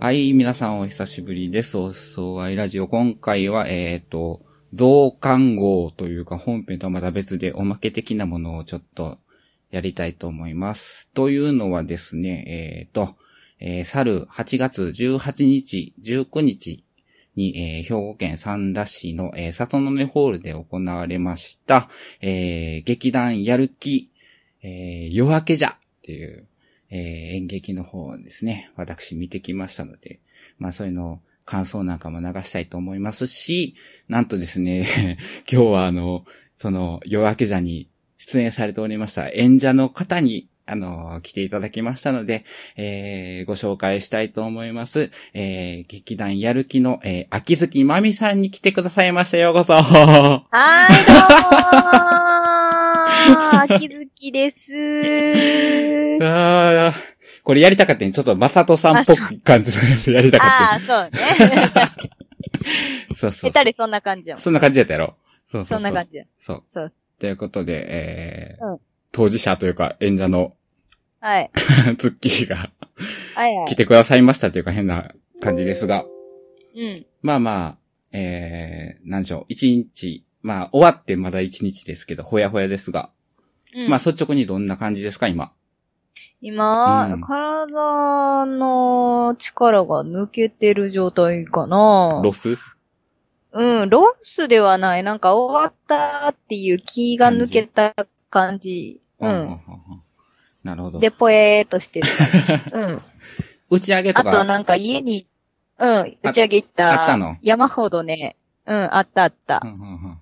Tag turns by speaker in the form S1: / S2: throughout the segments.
S1: はい、皆さんお久しぶりです。おそうあいラジオ。今回は、えっ、と、増刊号というか本編とはまた別でおまけ的なものをちょっとやりたいと思います。というのはですね、えっ、と、えー、去る8月18日、19日に、えー兵庫県三田市の、えー里の根ホールで行われました、えー劇団やる気、えー夜明けじゃっていう、えー演劇の方をですね、私見てきましたので、まあそういうのを感想なんかも流したいと思いますし、なんとですね、 今日はあの、その夜明けじゃに出演されておりました演者の方に、あの、来ていただきましたので、えーご紹介したいと思います。えー劇団やる気の、えー秋月まみさんに来てくださいました。ようこそ。
S2: はーい、どうもー秋月ですー。
S1: ああ、これやりたかったね。ちょっとまさとさんっぽく感じのやつやりたかっ
S2: あ あ、そう ね。
S1: た。そうそ
S2: 下
S1: う。
S2: 手でそんな感じやもん。
S1: そんな感じやったやろ。そうそうそう。
S2: そんな感じや。
S1: そう。
S2: そう。
S1: ということで、えー
S2: うん
S1: 当事者というか演者の
S2: はい。
S1: ツッキーが
S2: はいは
S1: 来
S2: い。
S1: てくださいましたというか変な感じですが、
S2: うん。
S1: まあまあ、えー、なんでしょう、一日、まあ終わってまだ一日ですけど、ほやほやですが、
S2: うん、
S1: まあ率直にどんな感じですか、今。
S2: 今、
S1: うん
S2: 体の力が抜けてる状態かな
S1: ロス
S2: うん、ロスではない。なんか終わったっていう気が抜けた感じ。う
S1: うん
S2: ん。
S1: なるほど。
S2: で、ぽえーっとしてる感 じ。うん。
S1: 打ち上げと
S2: あ
S1: か。
S2: となんか家に、うん、打ち上げ行った。
S1: あったの
S2: 山ほどね、うん、あったあった。
S1: うんうんうんうん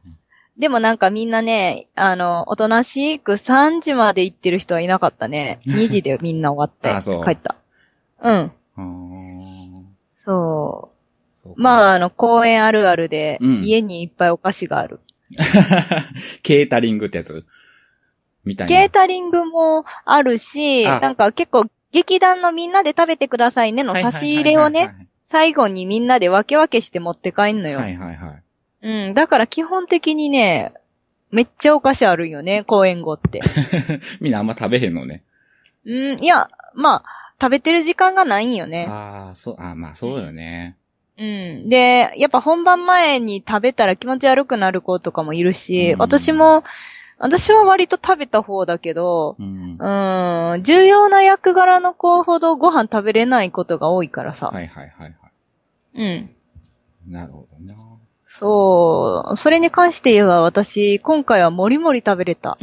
S2: でもなんかみんなね、あの、おとなしく3時まで行ってる人はいなかっ たね。2時でみんな終わって、
S1: あそう
S2: 帰った。うん。
S1: うーん
S2: そ
S1: そう
S2: う。ま
S1: あ、
S2: あ、あの、公園あるあるで、
S1: うん
S2: 家にいっぱいお菓子がある。
S1: ケータリングってやつみたいな。
S2: ケータリングもあるし、
S1: あ
S2: なんか結構劇団のみんなで食べてくださいねの差し入れをね、。最後にみんなで分け分けして持って帰んのよ。
S1: はいはいはい。
S2: うん。だから基本的にね、めっちゃお菓子あるんよね、公演後って。
S1: みんなあんま食べへんのね。
S2: うん、いや、まあ、食べてる時間がないんよね。
S1: ああ、そう、あーまあそうよね。
S2: うん。で、やっぱ本番前に食べたら気持ち悪くなる子とかもいるし、
S1: うん
S2: 私も、私は割と食べた方だけど、
S1: うん。
S2: う
S1: は
S2: ーん、重要な役柄の子ほどご飯食べれないことが多いからさ。
S1: いはいはいはい。
S2: うん。
S1: なるほどな。
S2: そう。それに関して言えば私、今回はもりもり食べ れた。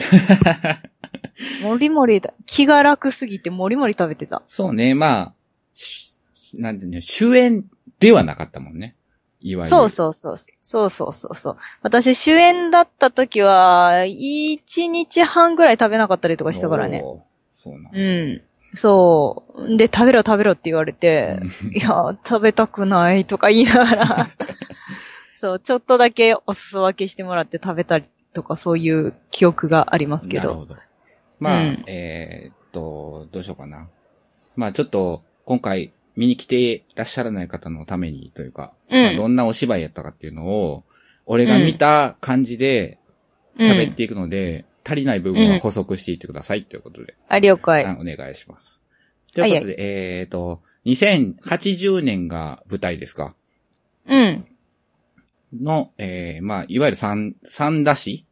S2: もりもりだ。気が楽すぎてもりもり食べてた。
S1: そうね、まあ、しなんていうの、主演ではなかったもんね。いわゆる。
S2: そうそうそう。そうそうそうそう。私、主演だった時は、1日半ぐらい食べなかったりとかしたからね。
S1: おー。そうなん
S2: う。ん。そう。で、食べろ食べろって言われて、いや、食べたくないとか言いな がら、そう、ちょっとだけお裾分けしてもらって食べたりとか、そういう記憶がありますけ
S1: なる
S2: ど。
S1: ほど。まあ、
S2: うん
S1: えーっと、どうしようかな。まあちょっと、今回見に来ていらっしゃらない方のためにというか、
S2: うん
S1: まあどんなお芝居やったかっていうのを、俺が見た感じで喋っていくので、足りない部分は補足していってくださいということで、
S2: あ、了解。
S1: あお願いします。ということで、えーっと、2080年が舞台ですか
S2: うん。
S1: の、えー、まあ、いわゆる三、三田市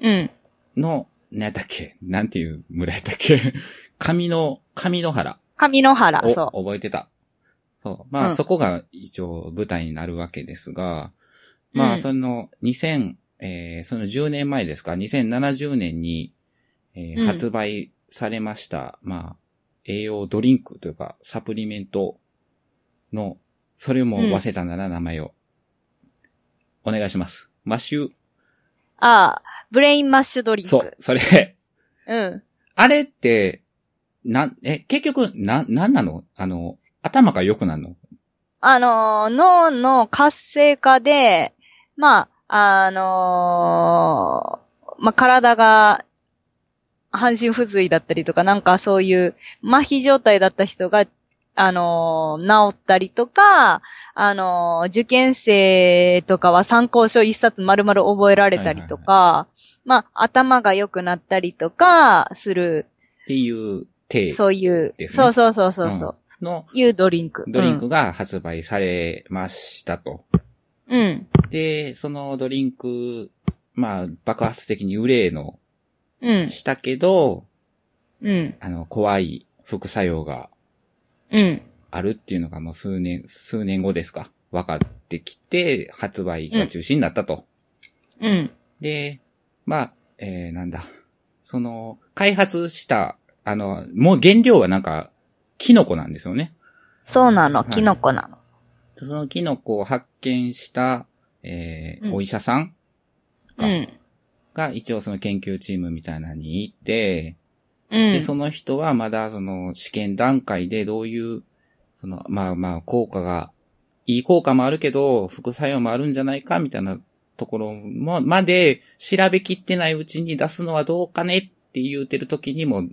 S2: うん。
S1: の、なんやったっけなんていう村やったっけ 上の、上野原
S2: 上野原、そ
S1: を覚えてた。そう。まあ、
S2: うん
S1: そこが一応舞台になるわけですが、
S2: うん
S1: まあ、その2000、えーその10年前ですか、2070年に、えー
S2: うん
S1: 発売されました、まあ、栄養ドリンクというか、サプリメントの、それも忘れたなら名前を、お願いします。マッシュ、
S2: う。ああ、ブレインマッシュドリンク。
S1: そう、それ、
S2: うん。
S1: あれって、なん、え、結局、な、なんなのあの、頭が良くなるの
S2: あのー脳の活性化で、まあ、あのーまあ、体が、半身不随だったりとか、なんかそういう、麻痺状態だった人が、あのー治ったりとか、あのー受験生とかは参考書一冊丸々覚えられたりとか、まあ、頭が良くなったりとか、する、
S1: っていう体。
S2: そういう、
S1: ですね
S2: そうそうそうそうそう。
S1: の
S2: いうドリンク。
S1: ドリンクが発売されましたと。
S2: うん。うん。
S1: で、そのドリンク、まあ、爆発的に売れの
S2: うん。
S1: したけど、
S2: うん。
S1: あの、怖い副作用が
S2: うん。
S1: あるっていうのがもう数年、数年後ですか。分かってきて、発売が中止になったと。
S2: うん。
S1: で、まあ、えー、なんだ。その、開発した、あの、もう原料はなんか、キノコなんですよね。
S2: そうなの。
S1: はい
S2: キノコなの。
S1: そのキノコを発見した、えー
S2: うん
S1: お医者さんか
S2: うん。
S1: が一応その研究チームみたいなのにいて、
S2: うん。
S1: で、その人はまだその試験段階でどういう、その、まあまあ効果が、いい効果もあるけど、副作用もあるんじゃないかみたいなところも、まで調べきってないうちに出すのはどうかねって言うてる時にも、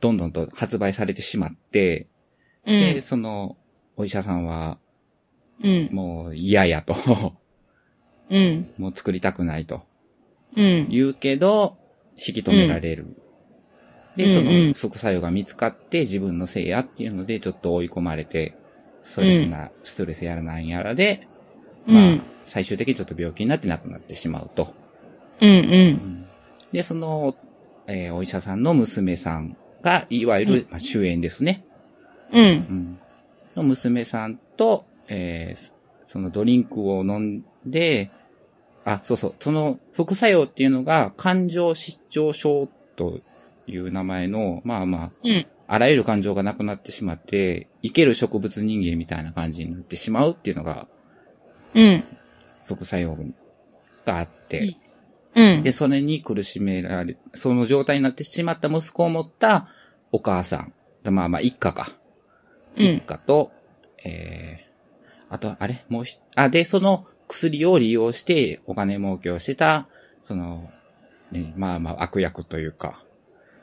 S1: どんどんと発売されてしまって、
S2: う
S1: で、
S2: ん。
S1: その、お医者さんは、
S2: うん。
S1: もう嫌やと。
S2: うん。
S1: もう作りたくないと
S2: うん。
S1: 言うけど、引き止められる。で、そ
S2: うんう
S1: の
S2: ん
S1: 副作用が見つかって自分のせいやっていうのでちょっと追い込まれて、ストレスな、ストレスやらなんやらで、
S2: うん。う
S1: まあ
S2: ん。、
S1: 最終的にちょっと病気になって亡くなってしまうと。
S2: うん。
S1: で、その、えーお医者さんの娘さんが、いわゆる、まあ、主演ですね。
S2: うん。
S1: うん。の娘さんと、えーそのドリンクを飲んで、あ、そうそう、その副作用っていうのが、感情失調症という名前の、まあま
S2: うん。
S1: あ、あらゆる感情がなくなってしまって、生ける植物人間みたいな感じになってしまうっていうのが、
S2: うん。
S1: 副作用があって、
S2: うん。
S1: で、それに苦しめられ、その状態になってしまった息子を持ったお母さん、まあまあ、一家か。
S2: う
S1: 一
S2: ん。
S1: 家と、えー、あと、あれもうひ、あ、で、その薬を利用してお金儲けをしてた、その、ねまあまあ悪役というか、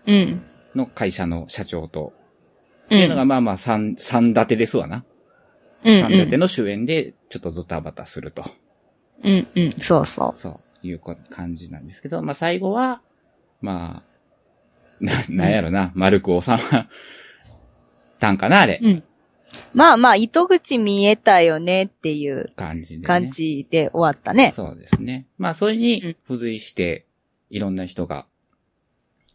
S2: うん。
S1: の会社の社長と、
S2: う
S1: っていうのが
S2: ん。
S1: まあまあ三、三立てですわな。
S2: うん。
S1: 三立ての主演で、ちょっとドタバタすると。
S2: うん。うん。そうそ
S1: そう、いうこ感じなんですけど、まあ最後は、まあ、な、なんやろな、丸く収まったんか な、あれ
S2: う。。うん。まあまあ、糸口見えたよねっていう
S1: 感じで、ね。
S2: 感じで終わったね。
S1: そうですね。まあ、それ
S2: う
S1: に
S2: ん
S1: 付随して、いろんな人が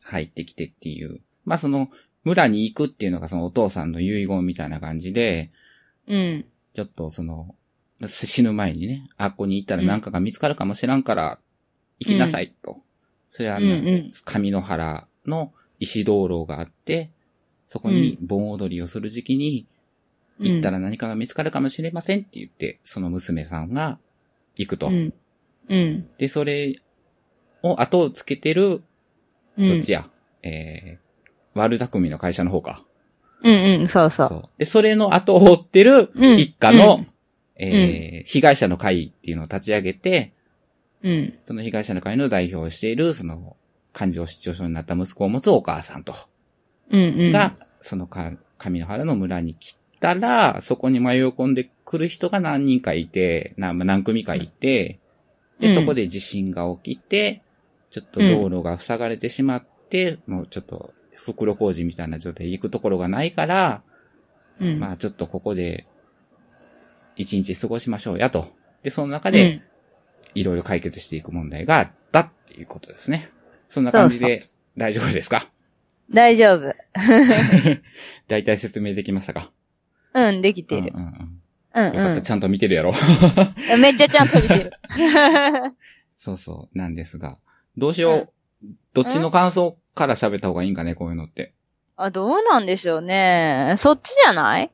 S1: 入ってきてっていう。まあ、その、村に行くっていうのがそのお父さんの遺言みたいな感じで、
S2: うん。
S1: ちょっとその、死ぬ前にね、あっこに行ったら何かが見つかるかもしらんから、行きなさいと。それは、
S2: う
S1: あ
S2: ん
S1: の
S2: うん。
S1: 上野原の石灯籠があって、そこに盆踊りをする時期に、
S2: うん
S1: 行ったら何かが見つかるかもしれませんって言って、その娘さんが行くと。
S2: うん。うん。
S1: で、それを後をつけてる、
S2: うん。
S1: どっちや、えー、ワルダクミの会社の方か。
S2: うんうん、そうそう。
S1: う。で、それの後を追ってる
S2: うん
S1: 一家の、
S2: うん
S1: えー被害者の会っていうのを立ち上げて、
S2: うん。
S1: その被害者の会の代表をしている、その、感情失調症になった息子を持つお母さんと、
S2: うんうん。
S1: が、そのか、上野原の村に来たら、そこに迷い込んでくる人が何人かいて、なまあ何組かいて、で、
S2: うん
S1: そこで地震が起きて、ちょっと道路が塞がれてしまって、もうちょっと袋工事みたいな状態で行くところがないから、
S2: うん、
S1: まあちょっとここで一日過ごしましょうやと。で、その中
S2: あ
S1: で、いろいろ解決していく問題があったっていうことですね。そんな感じで
S2: そうそ
S1: 大丈夫ですか
S2: 大丈夫。
S1: 大体説明できましたか
S2: うん、できて
S1: うん
S2: る。
S1: うん
S2: うん
S1: うん、よかった、ちゃんと見てるやろ。
S2: うん。めっちゃちゃんと見てる。
S1: そうそう、なんですが。どうしよう。どっちの感想から喋った方がいいんかね、こういうのって。
S2: あ、どうなんでしょうね。そっちじゃない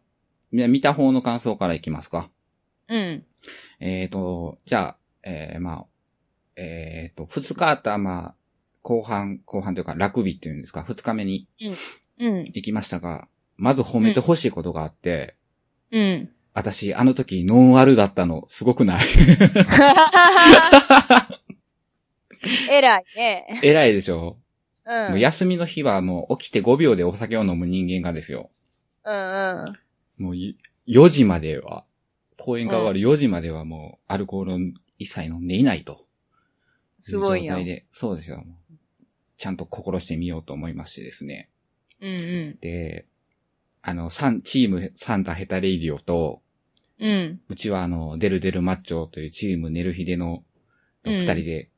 S1: み見た方の感想からいきますか。
S2: うん。
S1: えーと、じゃあ、えー、まあ、えーと、二日頭、後半、後半というか、ラクビっていうんですか、二日目に
S2: うん。
S1: 行きましたが、まず褒めてほしいことがあって、
S2: うん。
S1: 私、あの時、ノンアルだったの、すごくない
S2: えらいね。
S1: 偉いでしょ、
S2: うん。
S1: もう休みの日はもう起きて5秒でお酒を飲む人間がですよ。
S2: うんうん。
S1: もうい、4時までは、公演が終わる4時まではもう、アルコールを一切飲んでいないと。
S2: すごい
S1: 状
S2: よ。
S1: 態
S2: うん
S1: で、そうですよ。ちゃんと心してみようと思いましてですね。
S2: うん。
S1: で、あの、サン、チームサンタヘタレイディオと、
S2: うん。
S1: うちはあの、デルデルマッチョというチームネルヒデの
S2: うん
S1: 二人で、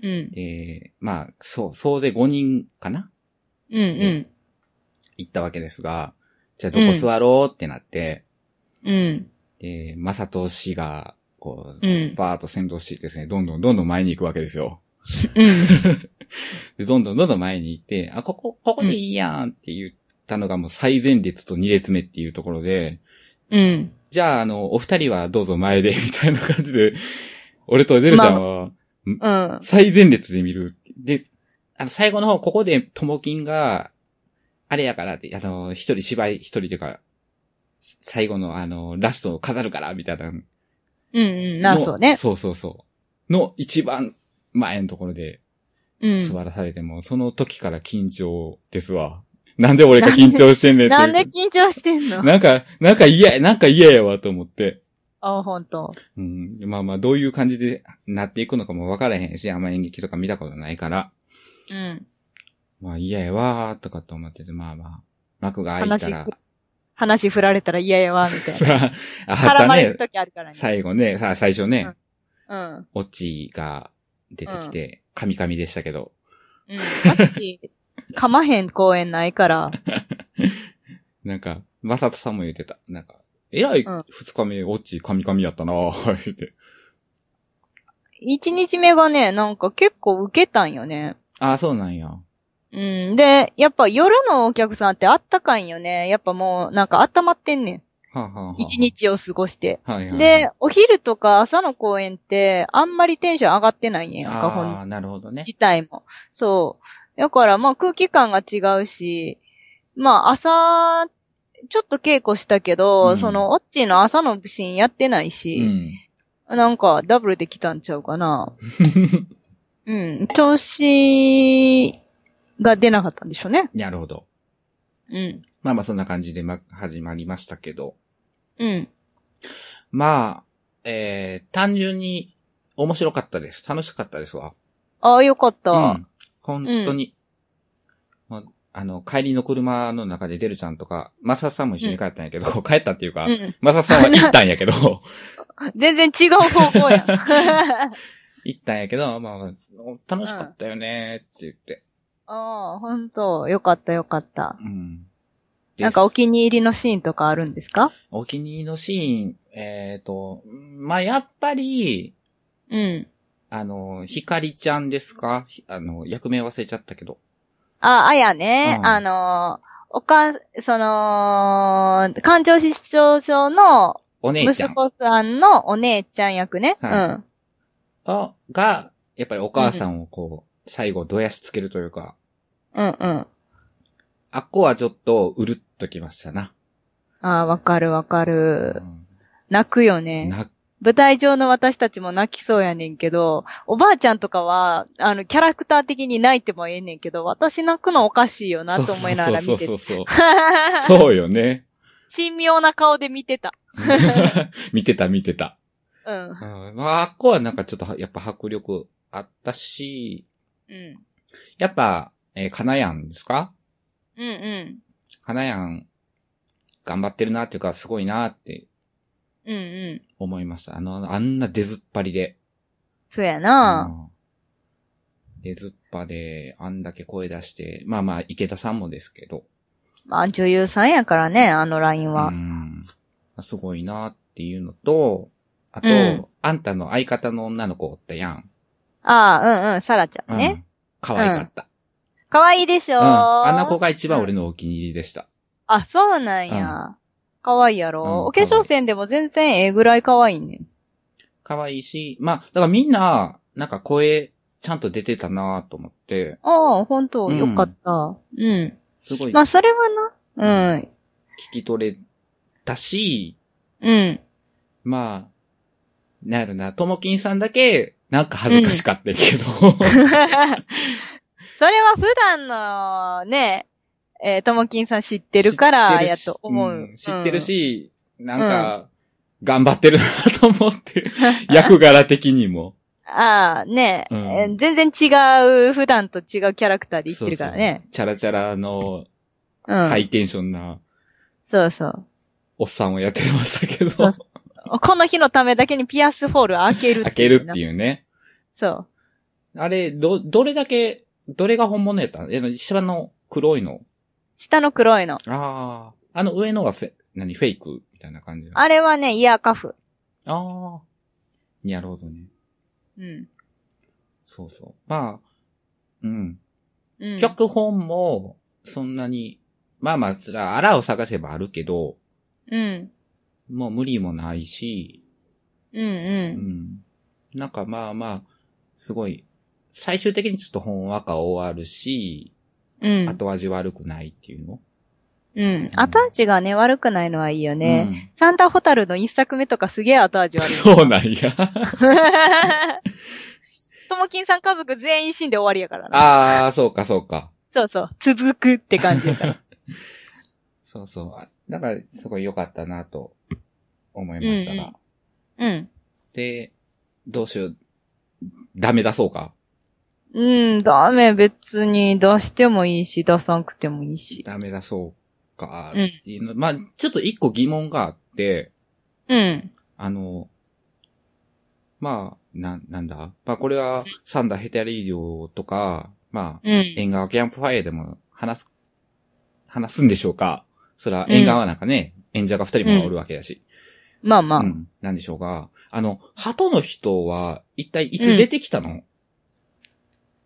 S2: うん。
S1: えーまあ、そう、総勢5人かな
S2: うんうん。
S1: 行ったわけですが、じゃあどこ座ろうってなって、
S2: うん。
S1: えーマサト氏が、こう、
S2: うん
S1: スパーと先導してですね、どんどんどんどん前に行くわけですよ。
S2: うん。
S1: で、どんどんどんどん前に行って、あ、ここ、ここでいいやんって言ったのがもう最前列と2列目っていうところで、
S2: うん。
S1: じゃあ、あの、お二人はどうぞ前で、みたいな感じで、 俺とデルちゃんは
S2: うん。
S1: 最前列で見る。で、あの、最後の方、ここで、ともきんが、あれやからって、あの、一人芝居、一人というか、最後のあの、ラストを飾るから、みたいなの。
S2: うんうん。な、そうね。
S1: そうそうそう。の一番前のところで
S2: うん。
S1: 座らされても、その時から緊張ですわ。なんで俺が緊張してんねんっていう
S2: なんで緊張してんの
S1: なんか、なんか嫌や、なんか嫌やわと思って。
S2: あ、ほんと。
S1: うん。まあまあ、どういう感じでなっていくのかもわからへんし、あんま演劇とか見たことないから、
S2: うん。
S1: まあ嫌やわーとかと思ってて、まあまあ、幕が開いた
S2: 話
S1: ら
S2: ふ、、話振られたら嫌やわ、みたい
S1: そ
S2: な。
S1: ら、 ああ
S2: 絡
S1: っ
S2: ま
S1: た
S2: れる
S1: ね。
S2: 時あるからね。
S1: 最後ね、さあ最初ね、
S2: うん。
S1: オチが出てきて、カミカミでしたけど、
S2: うん。マジ噛まへん公演ないから。
S1: なんか、まさとさんも言ってた。なんか、えらい
S2: うん
S1: 二日目、オチカミカミやったな ー言って。
S2: 一日目がね、なんか結構受けたんよね。
S1: ああ、そうなんや。
S2: うん。で、やっぱ夜のお客さんってあったかいんよね。やっぱもう、なんか温まってんねん。
S1: はあ、はあはあ、
S2: 一。日を過ごして。
S1: はいはい。
S2: で、、お昼とか朝の公演って、あんまりテンション上がってないんやんか、ほん
S1: ああ、なるほどね。
S2: 自体も。そう。だから、まあ空気感が違うし、まあ朝、ちょっと稽古したけど、
S1: うん
S2: その、オッチーの朝のシーンやってないし、
S1: ん。
S2: なんかダブルできたんちゃうかな。うん。調子が出なかったんでしょうね。
S1: なるほど。
S2: うん。
S1: まあまあ、そんな感じで、ま、始まりましたけど。
S2: うん。
S1: まあ、えー、単純に面白かったです。楽しかったですわ。
S2: ああ、よかった。
S1: ん。本当に。もうあの、帰りの車の中でデルちゃんとか、マサさんも一緒に帰ったんやけど、帰ったっていうか、
S2: うん。
S1: マサさんは行ったんやけど、
S2: 全然違う方 向やん。
S1: 行ったんやけど、まあまあ、楽しかったよねって言って。
S2: ああ、ほんと。よかったよかった。
S1: うん。で
S2: なんかお気に入りのシーンとかあるんですか
S1: お気に入りのシーン、えっ、と、まあ、やっぱり、
S2: うん。
S1: あの、ひかりちゃんですかひあの、役名忘れちゃったけど。
S2: あ、あやね、
S1: うん
S2: あのー、おか、その、環状失調症の
S1: お姉ちゃ
S2: 息
S1: ん
S2: 子さんのお姉ちゃん役ね。
S1: はいあが、やっぱりお母さんをこう、最後どやしつけるというか、
S2: うん。うんうん。
S1: あっこはちょっとうるっときましたな。
S2: あーわかるわか
S1: う
S2: る。
S1: ん
S2: 泣くよね。
S1: な
S2: 舞台上の私たちも泣きそうやねんけど、おばあちゃんとかは、あの、キャラクター的に泣いてもええねんけど、私泣くのおかしいよなと思いながら見て
S1: そう
S2: て。
S1: そうそうそう。そうよね。
S2: 神妙な顔で見てた。
S1: 見てた見てた。
S2: うん。
S1: うんまあ、あっこはなんかちょっとはやっぱ迫力あったし、
S2: うん。
S1: やっぱ、えー、かなやんですか
S2: うんうん。
S1: かなやん、頑張ってるなっていうか、すごいなって
S2: うんうん。
S1: 思いました。あの、あんな出ずっぱりで。
S2: そうやな、
S1: うん出ずっぱで、あんだけ声出して、まあまあ、池田さんもですけど、
S2: まあ女優さんやからね、あのラインは
S1: う。んすごいなっていうのと、あと、
S2: うん
S1: あんたの相方の女の子おったやん。
S2: ああ、うんうん、サラちゃ
S1: うんん
S2: ね。。
S1: 可愛かった。
S2: 可愛いでしょ、
S1: うん。あんな子
S2: 子。
S1: が一番俺のお気に入りでした。
S2: あ、そうなん
S1: う
S2: や。可愛いやろ、
S1: うん
S2: お化粧線でも全然ええぐらい可愛いね。
S1: 可愛いし、まあ、だからみんな、なんか声、ちゃんと出てたなと思って、
S2: ああ、本当
S1: うん
S2: よかった。うん。
S1: すごい
S2: ま
S1: 聞
S2: あそれはな。うん。
S1: き取れたし、
S2: うん。
S1: まあ、なんやろな、ともきんさんだけ、なんか恥ずかしかったけど、
S2: それは普段のね、えーともきんさん知ってる からやと思う。
S1: 知ってるし、なん
S2: ん
S1: か、頑張ってるなと思って、 役柄的にも。
S2: うん。ああ、ね、
S1: うん
S2: えー全然違う、普段と違うキャラクターで言ってるから
S1: そう
S2: ね
S1: そ。う。チャラチャラの
S2: うん。
S1: ハイテンションな
S2: そうそう。
S1: おっさんをやってましたけ
S2: そ
S1: ど
S2: う、この日のためだけにピアスホール開ける
S1: 開けるって
S2: う。
S1: いうね。
S2: そう。
S1: あれ、ど、どれだけ、どれが本物やったえ、下の黒いの。
S2: 下の黒いの。
S1: ああ。あの上のがフェ、何、フェイクみたいな感じの。あ
S2: あれはね、イヤーカフ。
S1: あー。なるほどね。
S2: うん。
S1: そうそう。まあ、うん。
S2: うん。
S1: 脚本も、そんなに、まあまあ、そりゃあらを探せばあるけど、
S2: うん。
S1: もう無理もないし、
S2: うん
S1: う。
S2: うん
S1: なんかまあまあ、すごい、最終的にちょっと本話か終わるし、
S2: ん。うん。
S1: 後味悪くないっていうの。
S2: うん。後味がね、悪くないのはいいよね。
S1: うん
S2: サンタホタルの一作目とかすげえ後味悪い。
S1: そうなん や。
S2: ともきんさん家族全員死んで終わりやからな。
S1: ああ、そうか、そうか。
S2: そうそう。続くって感じやから。
S1: そうそうあ。だから、すごい良かったなと思いましたが。
S2: うんうん。
S1: で、どうしよう。ダメ出そうか。
S2: うん、ダメ。別に出してもいいし、出さんくてもいいし。
S1: ダメ出そうか。
S2: うん
S1: っていうの。まあ、ちょっと一個疑問があって、
S2: うん。
S1: あの、まあ、な、なんだ。まあ、これは、サンダーヘタリーデオとか、まあ、
S2: うん。
S1: 縁側キャンプファイアでも話す、話すんでしょうか。そら、縁側なんかね、演者が二人もおるわけだし。
S2: まあまあ。
S1: うん、なんでしょうが、あの、鳩の人は一体いつ出てきたの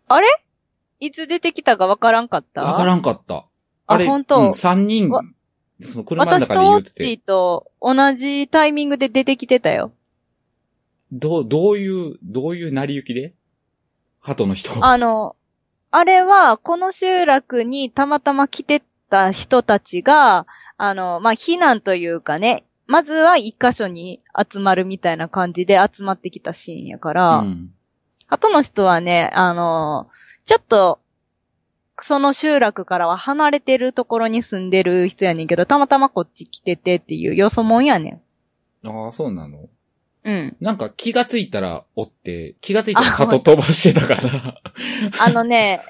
S1: わ、
S2: いつ出てきたかわからんかった
S1: からんかった。
S2: あ
S1: れ、
S2: 本当
S1: うん、3人
S2: わ、
S1: その車の
S2: 私
S1: 中で
S2: と
S1: 言
S2: オ
S1: う
S2: ッチ
S1: てて、
S2: ーと同じタイミングで出てきてたよ。
S1: どう、どういう、どういう成り行きで鳩の人。
S2: あの、あれは、この集落にたまたま来てた人たちが、あの、まあ、避難というかね、まずは一箇所に集まるみたいな感じで集まってきたシーンやから、
S1: うん。
S2: 後の人はね、あの、ちょっと、その集落からは離れてるところに住んでる人やねんけど、たまたまこっち来ててっていうよそもんやね
S1: ああ、そうなの。
S2: ん。うん。
S1: なんか気がついたら追って、気がついたら
S2: あ
S1: 鳩飛ばしてたから。
S2: あのね、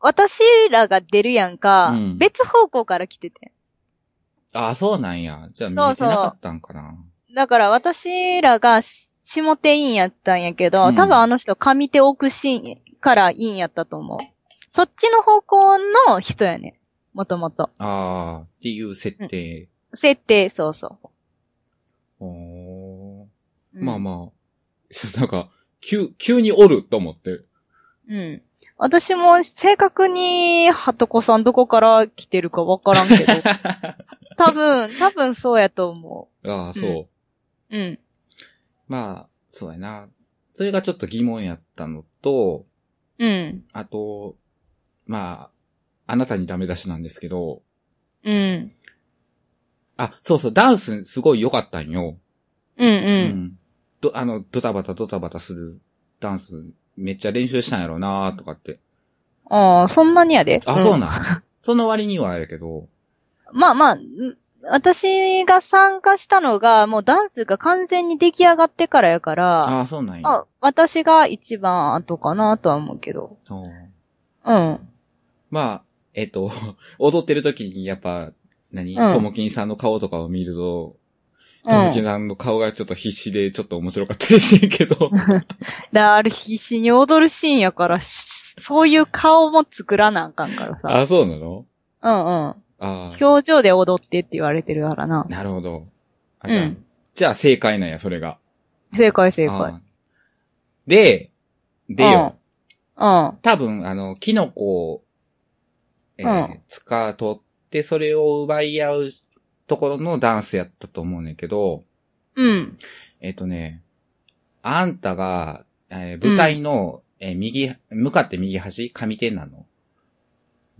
S2: 私らが出るやんか、
S1: うん
S2: 別方向から来ててん。
S1: ああ、そうなんや。じゃあ見
S2: そう
S1: えてなかったんかな。
S2: だから私らがし下手院やったんやけど、
S1: うん
S2: 多分あの人上手奥シーンから院やったと思う。そっちの方向の人やね。もともと。
S1: ああ、っていう設定。
S2: 設定、そうそ
S1: おー
S2: う。
S1: まあまあ、 ちょっとなんか、急、急におると思って。
S2: あ。うん。私も正確に、はとこさんどこから来てるかわからんけど、 多分、多分そうやと思
S1: ああ、そう。
S2: うんう。うん。
S1: まあ、そうやな。それがちょっと疑問やったのと、
S2: うん。
S1: あと、まあ、あなたにダメ出しなんですけど、
S2: うん。
S1: あ、そうそう、ダンスすごい良かったんよ。
S2: う
S1: う
S2: んうん。
S1: ど、あの、ドタバタドタバタするダンス、めっちゃ練習したんやろなとかって。
S2: ああ、そんなにやで。
S1: あ、そううんなん。その割にはやけど、
S2: まあまあ、ん私が参加したのが、もうダンスが完全に出来上がってからやから、
S1: ああ、そうなんや。
S2: あ私が一番後かなとは思うけど。
S1: そう
S2: うん。
S1: まあ、えっ、と、 踊ってる時にやっぱ、何
S2: うん
S1: ともきんさんの顔とかを見ると、
S2: う
S1: ともき
S2: ん。
S1: さんの顔がちょっと必死で、ちょっと面白かったりしてるけ ど。
S2: だ、あれ必死に踊るシーンやから、しそういう顔も作らなあかんからさ。
S1: あ、そうなの
S2: うんうん。
S1: ああ。
S2: 表情で踊ってって言われてるからな。
S1: なるほど。あじゃあ、
S2: うん
S1: じゃあ正解なんや、それが。
S2: 正解正
S1: あ
S2: 解。
S1: あで、でよ、
S2: うん。
S1: 多分、あの、キノコを、えー
S2: うん
S1: 使う取って、それを奪い合うところのダンスやったと思うねんだけど、
S2: うん。
S1: えっ、とね、あんたが、えー舞台の、えー右、向かって右端上手なの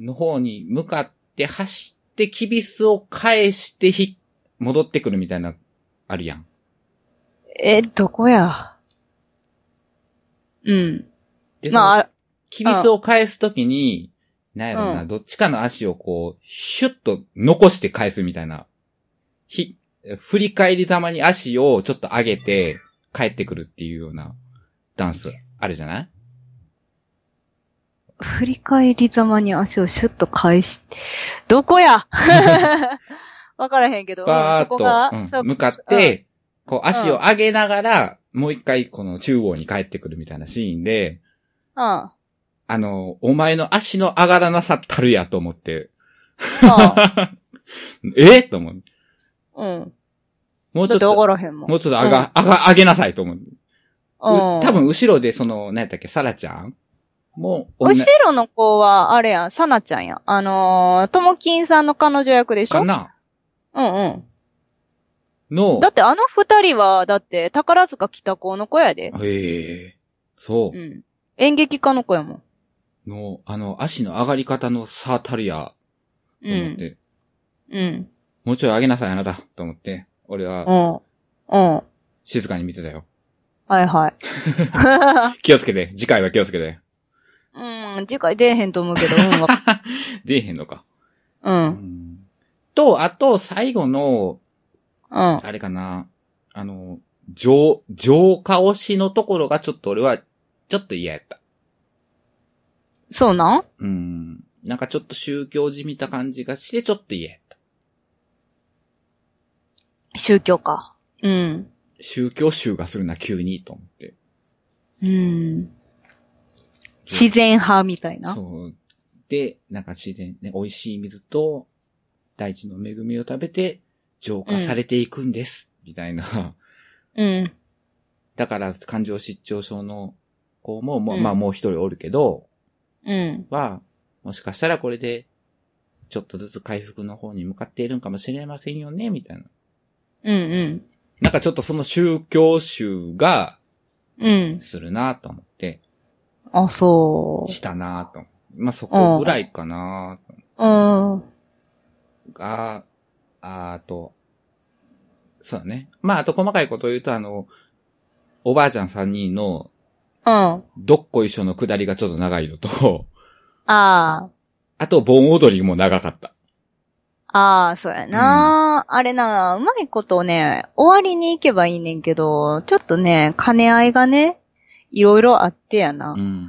S1: の方に向かって走って、キビスを返してひ、戻ってくるみたいな、あるやん。
S2: え、どこやうん。
S1: で、そ
S2: ま
S1: の
S2: あ、
S1: キビスを返すときに、なんやろな、
S2: うん
S1: どっちかの足をこう、シュッと残して返すみたいな。ひ、振り返りざまに足をちょっと上げて、帰ってくるっていうようなダンス、あるじゃない
S2: 振り返りざまに足をシュッと返し、どこやわからへんけど、うん
S1: バー
S2: そ
S1: ッ、
S2: ことが、そ
S1: うん
S2: う
S1: 向かっ、て、こう足を上げながら、もう一回この中央に帰ってくるみたいなシーンで、
S2: うん。うん
S1: あの、お前の足の上がらなさったるやと思って、えと思う。
S2: うん。
S1: もうち
S2: だ
S1: ょ
S2: っ
S1: って
S2: わ
S1: と、
S2: からへんもん。
S1: もうちょっと上が、上が、上げなさいと思う。
S2: うん。
S1: う多分後ろでその、何やったっけ、サラちゃんもう、
S2: 後ろの子は、あれやん、サナちゃんやん。あのー、ともきんさんの彼女役でしょ
S1: か
S2: うん
S1: な
S2: うん。
S1: の
S2: だ、ってあの二人は、だって宝塚北高の子やで。
S1: へえ、そうう、
S2: ん。演劇家の子やもん。
S1: の、あの、足の上がり方の差たるや、
S2: う
S1: と思っ
S2: ん。
S1: て、
S2: うん。
S1: もうちょい上げなさい、あなた、と思って、俺は
S2: うん。うん。
S1: 静かに見てたよ。
S2: は いはい。
S1: 気をつけて、次回は気をつけて。
S2: うん、次回出えへんと思うけど、うんわか
S1: 出えへんのか。
S2: う。
S1: うんん。と、あと、最後の、
S2: うん。
S1: あれかな、あの、上、上下押しのところがちょっと俺は、ちょっと嫌やった。
S2: そうなん
S1: うん。なんかちょっと宗教じみた感じがして、ちょっと嫌やった。
S2: 宗教か。うん。
S1: 宗教集がするな、急に、と思って。
S2: うん。自然派みたいな。
S1: そう。で、なんか自然ね、美味しい水と、大地の恵みを食べて、浄化されていくんです。みたいな。
S2: うん。
S1: だから、感情失調症の子も、もう
S2: うん
S1: まあもう一人おるけど、
S2: うん。
S1: は、もしかしたらこれで、ちょっとずつ回復の方に向かっているんかもしれませんよね、みたいな。
S2: うん
S1: なんかちょっとその宗教集が、
S2: うん。うん。
S1: するなと思って、
S2: あ、そ
S1: したなと。まあ、そこぐらいかなと
S2: う。うん。
S1: が、あと、そうだね。まあ、あと細かいことを言うと、あの、おばあちゃん3人の、
S2: うん。
S1: どっこいしょの下りがちょっと長いのと、
S2: あ
S1: あと、盆踊りも長かった。
S2: あ、ああ、そうやな、あれな、うまいことね、終わりに行けばいいねんけど、ちょっとね、兼ね合いがね、いろいろあってやな
S1: う。ん。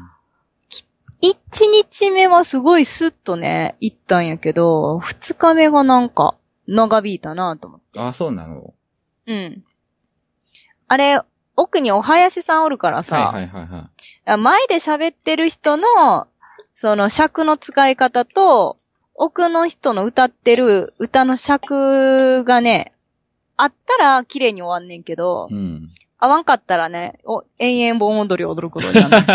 S2: 一、日目はすごいスッとね、行ったんやけど、二日目がなんか、長引いたなと思って。
S1: あ、そうなの
S2: うん。あれ、奥にお囃子さんおるからさ、
S1: はいはいはいは
S2: あ前で喋ってる人の、その尺の使い方と、奥の人の歌ってる歌の尺がね、あったら綺麗に終わんねんけど
S1: い。う、ん。
S2: 合わんかったらね、お、延々盆踊り踊ることになる。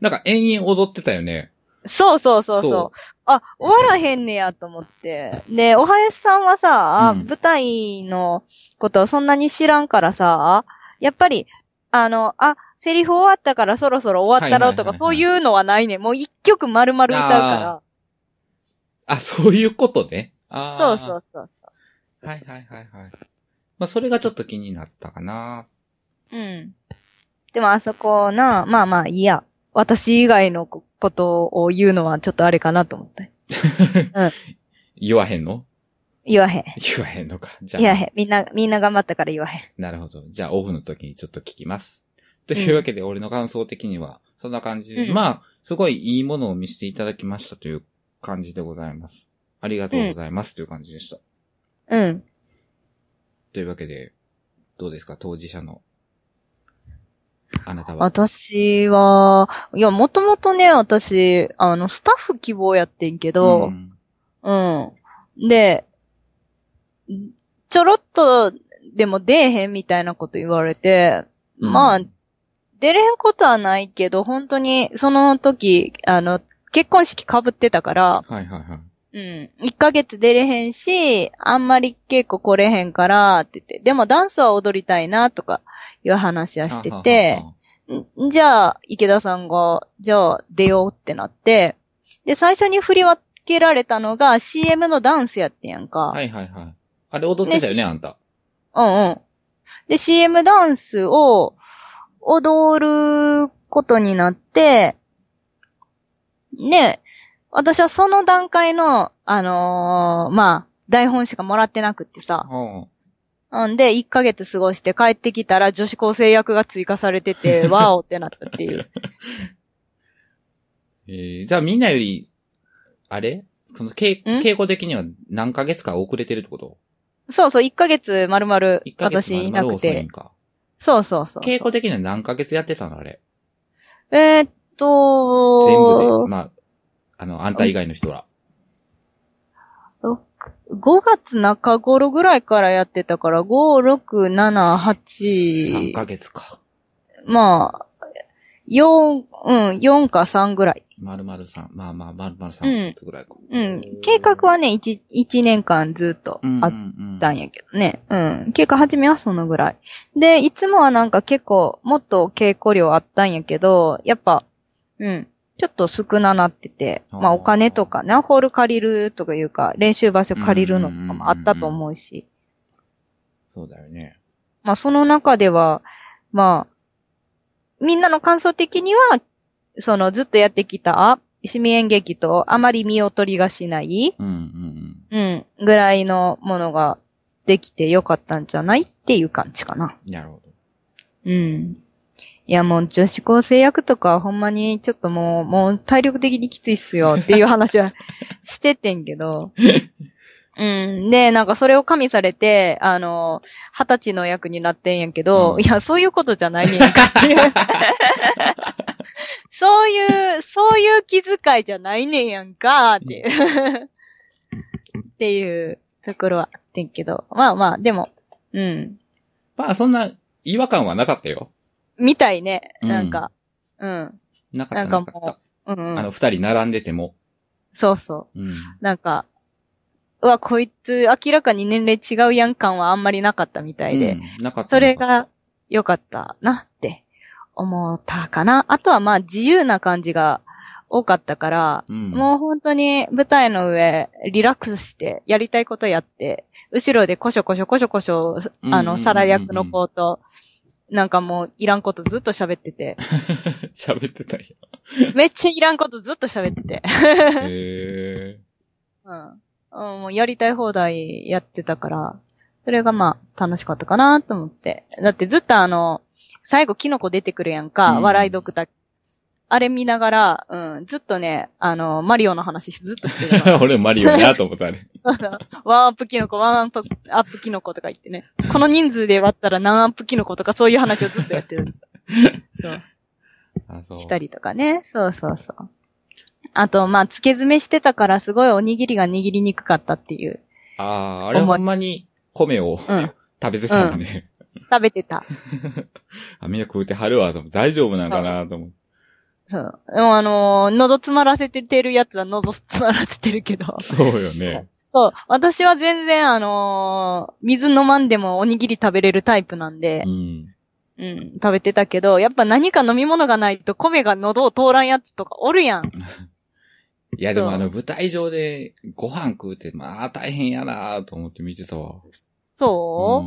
S1: なんか延々踊ってたよね。
S2: そうそうそうそう。
S1: そ
S2: あ、終わらへんねやと思って。で、おはやしさんはさ、
S1: うん
S2: 舞台のことをそんなに知らんからさ、やっぱり、あの、あ、セリフ終わったからそろそろ終わったろうとか、
S1: はいはいはいはい
S2: そういうのはないね。もう一曲丸々歌うか
S1: あ、そういうことね。あ
S2: ら。
S1: あ。
S2: そうそうそうそ
S1: はいはいはいはい。まあ、それがちょっと気になったかな。
S2: う。うん。でもあそこな、まあまあいいや。私以外のこことを言うのはちょっとあれかなと思って。
S1: 言わへんの
S2: 言わへん。
S1: 言わへんのか。じゃあ。
S2: 言わへん。みんな、みんな頑張ったから言わへん。
S1: なるほど。じゃあ、オフの時にちょっと聞きます。というわけで、俺の感想的には、そんな感じで、
S2: うん
S1: まあ、すごいいいものを見せていただきましたという感じでございます。ありがとうございますという感じでした。
S2: うん。
S1: というわけで、どうですか、当事者の、あなたは。
S2: 私は、いや、もともとね、私、あの、スタッフ希望やってんけど、
S1: ん
S2: うん。で、ちょろっとでも出えへんみたいなこと言われて、
S1: うん
S2: まあ、出れへんことはないけど、本当に、その時、あの、結婚式被ってたから、
S1: はいはいはい。
S2: うん。1ヶ月出れへんし、あんまり稽古来れへんから、って言って、でもダンスは踊りたいな、とか、いう話はしてて、
S1: ははは
S2: んじゃあ、池田さんが、じゃあ出ようってなって、で、最初に振り分けられたのが CM のダンスやってんやんか。
S1: はいはいはい。あれ踊ってたよね、
S2: ね
S1: あんた。
S2: うんうん。で、CM ダンスを踊ることになって、ね、私はその段階の、あのーまあ、台本しかもらってなくってさ。
S1: うん
S2: うんで、1ヶ月過ごして帰ってきたら女子高生役が追加され てて、わおってなったっていう。
S1: えーじゃあみんなより、あれその稽
S2: ん
S1: 稽古的には何ヶ月か遅れてるってこと
S2: そうそう、1ヶ月丸々
S1: 一ヶ月
S2: 私
S1: 丸
S2: いな
S1: 々
S2: く
S1: 遅いん
S2: て。
S1: か。
S2: そうそうそう。
S1: 稽古的には何ヶ月やってたのあれ。
S2: えー
S1: 全部
S2: っ
S1: で。
S2: と、
S1: まあ、あの、あんた以外の人ら。
S2: 5月中頃ぐらいからやってたから、5、6、7、
S1: 3
S2: 8、
S1: ヶ月か。
S2: まあ、4、うん、4か3ぐらい。
S1: 丸々さん。まあまあ、丸々さんヶ月ぐらいか。
S2: うん。計画はね、1、一年間ずっと
S1: うんうん
S2: あ
S1: う
S2: っ
S1: ん
S2: たんやけどね。うん。経過始めはそのぐらい。で、いつもはなんか結構、もっと稽古量あったんやけど、やっぱ、うん。ちょっと少ななってて、
S1: あー
S2: まあお金とかな、ホール借りるとかいうか、練習場所借りるのとか
S1: うんうんうんうん
S2: もあったと思うし、
S1: そうだよね。
S2: まあその中では、まあ、みんなの感想的には、そのずっとやってきた、市民演劇とあまり見劣りがしない、
S1: うんうんうん。
S2: うん、ぐらいのものができてよかったんじゃないっていう感じかな。
S1: なるほど。
S2: うん。いやもう女子高生役とかはほんまにちょっともう、もう体力的にきついっすよっていう話は しててんけど。うん。で、なんかそれを加味されて、あの、二十歳の役になってんやけど、
S1: うん
S2: いや、そういうことじゃないねんかっ ていう。そういう、そういう気遣いじゃないねんやんか、っていう。っていうところはあってんけど。まあまあ、でも、うん。
S1: まあ、そんな違和感はなかったよ。
S2: みたいね。
S1: うん
S2: なんか、うん。
S1: なかった。
S2: な
S1: なん
S2: か
S1: かった。
S2: うん、
S1: あ
S2: う
S1: の、
S2: ん。
S1: 二人並んでても。
S2: そうそ
S1: うん。
S2: う。なんか、うわ、こいつ明らかに年齢違うやん感はあんまりなかったみたいで、
S1: うんなかった。
S2: それ
S1: なかっ
S2: が良かったなって思ったかな。あとはまあ自由な感じが多かったから、
S1: た、うん、
S2: もう本当に舞台の上、リラックスして、やりたいことやって、後ろでこしょこしょこしょこしょ、
S1: うん
S2: あ
S1: うんうんう
S2: の、
S1: ん
S2: サラ役の子と、なんかもういらんことずっと喋っ てて、
S1: 喋って たよ。
S2: めっちゃいらんことずっと喋ってて。
S1: へえ。
S2: うん。うんもうやりたい放題やってたから、それがまあ楽しかったかなと思って。だってずっとあの、最後キノコ出てくるやんか、
S1: うん
S2: 笑いドクター。あれ見ながら、うん、ずっとね、あの、マリオの話ずっとして たから。
S1: 俺マリオやと思ったね。
S2: そうそうワンアップキノコ、ワンアップアップキノコとか言ってね。この人数で割ったら何アップキノコとかそういう話をずっとやってる。そう。
S1: あ、そう。
S2: したりとかね。そうそうそう。あと、まあ、付け詰めしてたからすごいおにぎりが握りにくかったっていう。
S1: ああ、あれほんまに米を
S2: うん。
S1: 食べてたのね。
S2: 食べてた。
S1: あ、みんな食うてはるわ、と思って大丈夫なんかな、と思って。
S2: そう。でもあのー喉詰まらせてるやつは喉詰まらせてるけど。
S1: そうよね。
S2: そう。私は全然あのー水飲まんでもおにぎり食べれるタイプなんで
S1: う、ん。
S2: うん、食べてたけど、やっぱ何か飲み物がないと米が喉を通らんやつとかおるやん。
S1: いや、でも
S2: そう
S1: あの、舞台上でご飯食うて、まあ大変やなと思って見てたわ。
S2: そ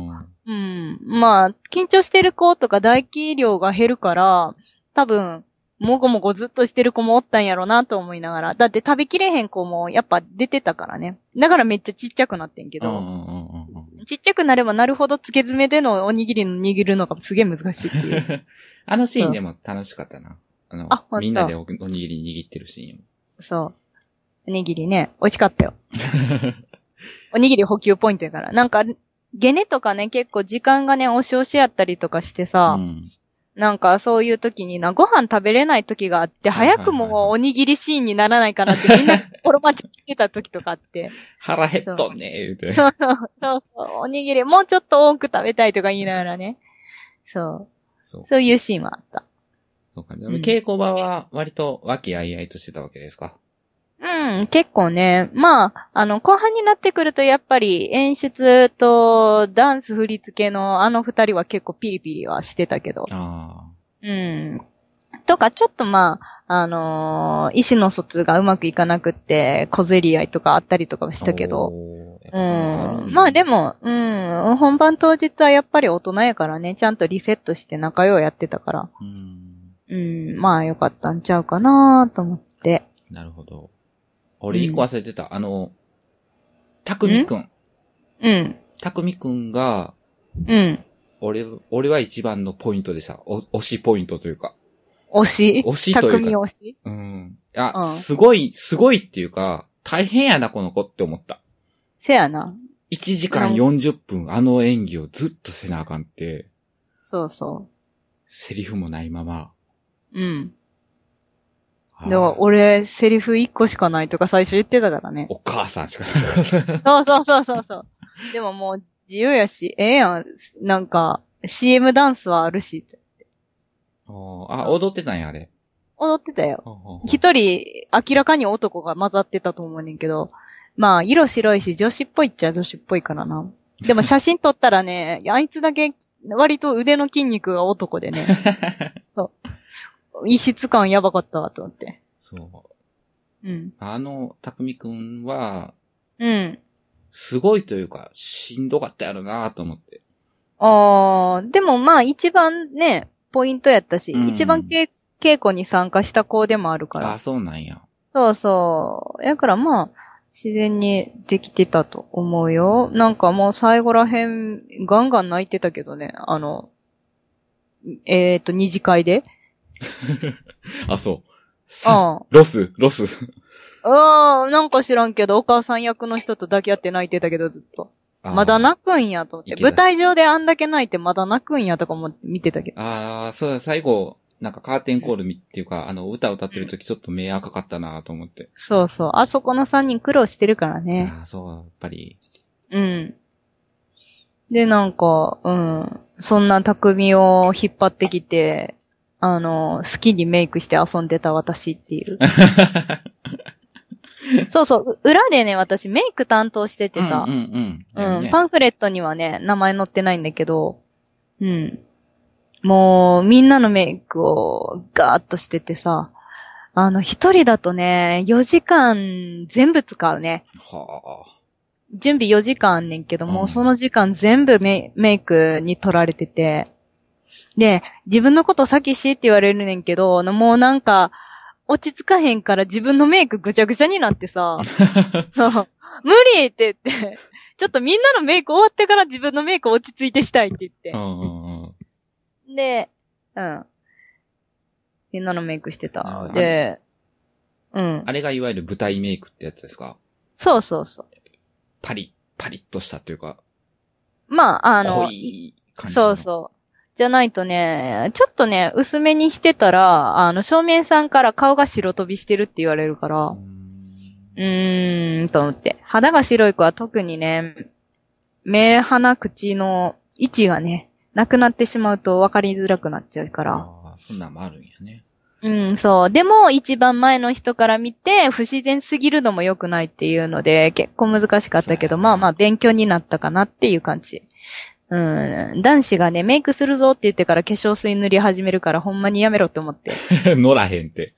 S2: う、
S1: うん
S2: うん。まあ、緊張してる子とか唾液量が減るから、多分、もごもごずっとしてる子もおったんやろなと思いながら。だって食べきれへん子もやっぱ出てたからね。だからめっちゃちっちゃくなってんけ
S1: うんうん
S2: ど。
S1: うんうんうん。
S2: ちっちゃくなればなるほど漬け詰めでのおにぎりの握るのがすげえ難しいっ ていう。
S1: あのシーンでも楽しかったな。あの、
S2: あ本当
S1: みんなでおおにぎり握ってるシ
S2: そう。おにぎりね、美味し かったよ。
S1: ーン。
S2: おにぎり補給ポイントやから。なんか、ゲネとかね、結構時間がね、押し押しやったりとかしてさ、
S1: うん
S2: なんかそういう時にな、ご飯食べれない時があって、
S1: はいはい
S2: 早くもおにぎりシーンにならないかなってみんな 心待ちにしてた時とかあって。
S1: 腹減っとんねー言うて。
S2: そうそう、そうそう、おにぎりもうちょっと多く食べたいとか言いながらね。そ
S1: そう
S2: う、。そういうシーンはあった。
S1: そうか。で
S2: う
S1: も
S2: ん
S1: 稽古場は割と和気あいあいとしてたわけですか。
S2: うん、結構ね。まあ、あの、後半になってくるとやっぱり演出とダンス振り付けのあの二人は結構ピリピリはしてたけど。
S1: あ
S2: うん。とか、ちょっとまあ、あのー意思の疎通がうまくいかなくって、小競り合いとかあったりとかは
S1: あ。
S2: したけど。
S1: おー。やっ
S2: う
S1: ぱそうなる
S2: ん。まあで
S1: も。
S2: も、うん。本番当日はやっぱり大人やからね、ちゃんとリセットして仲良うやってたから。
S1: うん。
S2: うん。まあよかったんちゃうかなと思って。
S1: なるほど。俺一個忘れてた。あの、たくみくん。
S2: うん。
S1: たくみくんが、
S2: うん。
S1: 俺、俺は一番のポイントでした。お推しポイントというか。
S2: 推し。
S1: 推しというか
S2: 匠推し
S1: うん。あ、
S2: うん
S1: すごい、すごいっていうか、大変やな、この子って思った。
S2: せやな。
S1: 1時間40分あの演技をずっとせなあかんって、
S2: そうそ
S1: セリフもないまま。
S2: う。うん。
S1: あ
S2: だ
S1: ー
S2: から俺、セリフ1個しかないとか最初言ってたからね。
S1: お母さんしか。
S2: そうそうそうそうそう。でももう自由やし、ええやん。なんか、CM ダンスはあるし。
S1: おーあ、踊ってたんや、あれ。
S2: 踊ってたよ。
S1: ほうほうほう
S2: 一人、明らかに男が混ざってたと思うねんけど、まあ、色白いし、女子っぽいっちゃ女子っぽいからな。でも写真撮ったらね、あいつだけ、割と腕の筋肉が男でね。そう。異質感やばかったわ、と思って。
S1: そう。
S2: うん。
S1: あの、たくみくんは、
S2: うん。
S1: すごいというか、しんどかったやろなと思って。
S2: あー、でもまあ、一番ね、ポイントやったし、
S1: うん
S2: 一番け稽古に参加した子でもあるから
S1: あ、。そうなんや。
S2: そうそう。やからまあ、自然にできてたと思うよ。なんかもう最後らへん、ガンガン泣いてたけどね。あの、えっ、と、二次 会で。
S1: あ、そう。さ
S2: あ
S1: ロス、ロス。
S2: あ。ああ、なんか知らんけど、お母さん役の人と抱き合って泣いてたけど、ずっと。
S1: あー
S2: まだ泣くんやと思って。
S1: いけない
S2: 舞台上であんだけ泣いてまだ泣くんやとかも見てたけど。
S1: ああ、そう、最後、なんかカーテンコールみっていうか、あの、歌歌ってる時ちょっと目赤かったなと思って。
S2: そうそう。あそこの三人苦労してるからね。
S1: ああ、そう、やっぱり。
S2: うん。で、なんか、うん。そんな匠を引っ張ってきて、あの、好きにメイクして遊んでた私っ ていう。そうそう。う裏でね、私メイク担当しててさ
S1: うん、うん
S2: う、
S1: うんん。
S2: パンフレットにはね、名前載ってないんだけど、うん。もう、みんなのメイクをガーッとしててさ、あの、一人だとね、4時間全部使うね。
S1: はあ。
S2: 準備4時間あんねんけども、
S1: うん
S2: その時間全部メイメイクに取られてて。で、自分のこと先しって言われるねんけど、もうなんか、落ち着かへんから自分のメイクぐちゃぐちゃになってさ、そう無理って言って、ちょっとみんなのメイク終わってから自分のメイク落ち着いてしたいって言って
S1: う。んうんうん。
S2: で、うん。みんなのメイクしてた。
S1: あ
S2: で、うん
S1: あ。れがいわゆる舞台メイクってやつですか
S2: そうそうそう。
S1: パリッ、パリッとしたっていうか、
S2: まあ、あの
S1: 濃、い感じ
S2: そ
S1: の。
S2: うそう。じゃないとね、ちょっとね、薄めにしてたら、あの、照明さんから顔が白飛びしてるって言われるから、
S1: うー。
S2: うんーん、と思って。肌が白い子は特にね、目、鼻、口の位置がね、なくなってしまうと分かりづらくなっちゃうから。
S1: ああ、そんなんもあるんやね。
S2: うん、そう。でも、一番前の人から見て、不自然すぎるのも良くないっていうので、結構難しかったけ
S1: そ
S2: ど、
S1: うやね
S2: まあまあ、勉強になったかなっていう感じ。うん。男子がね、メイクするぞって言ってから化粧水塗り始めるから、ほんまにやめろって思って。
S1: 乗らへんって。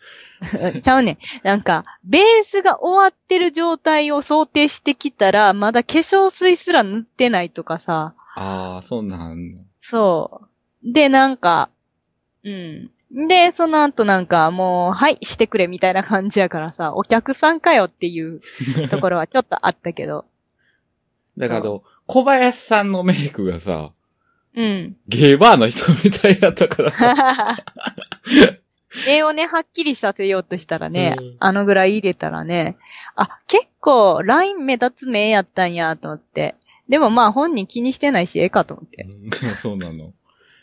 S2: ちゃうねん。なんか、ベースが終わってる状態を想定してきたら、まだ化粧水すら塗ってないとかさ。
S1: ああ、そんなん。
S2: そう。で、なんか、うん。で、その後なんか、もう、はい、してくれみたいな感じやからさ、お客さんかよっていう ところはちょっとあったけど。
S1: だからあの、小林さんのメイクがさ、
S2: うん。
S1: ゲーバーの人みたいだったからさ。
S2: 目をね、はっきりさせようとしたらね、
S1: うん
S2: あのぐらい入れたらね、あ、結構、ライン目立つ目やったんや、と思って。でもまあ本人気にしてないし、ええかと思って。
S1: うん そうなの。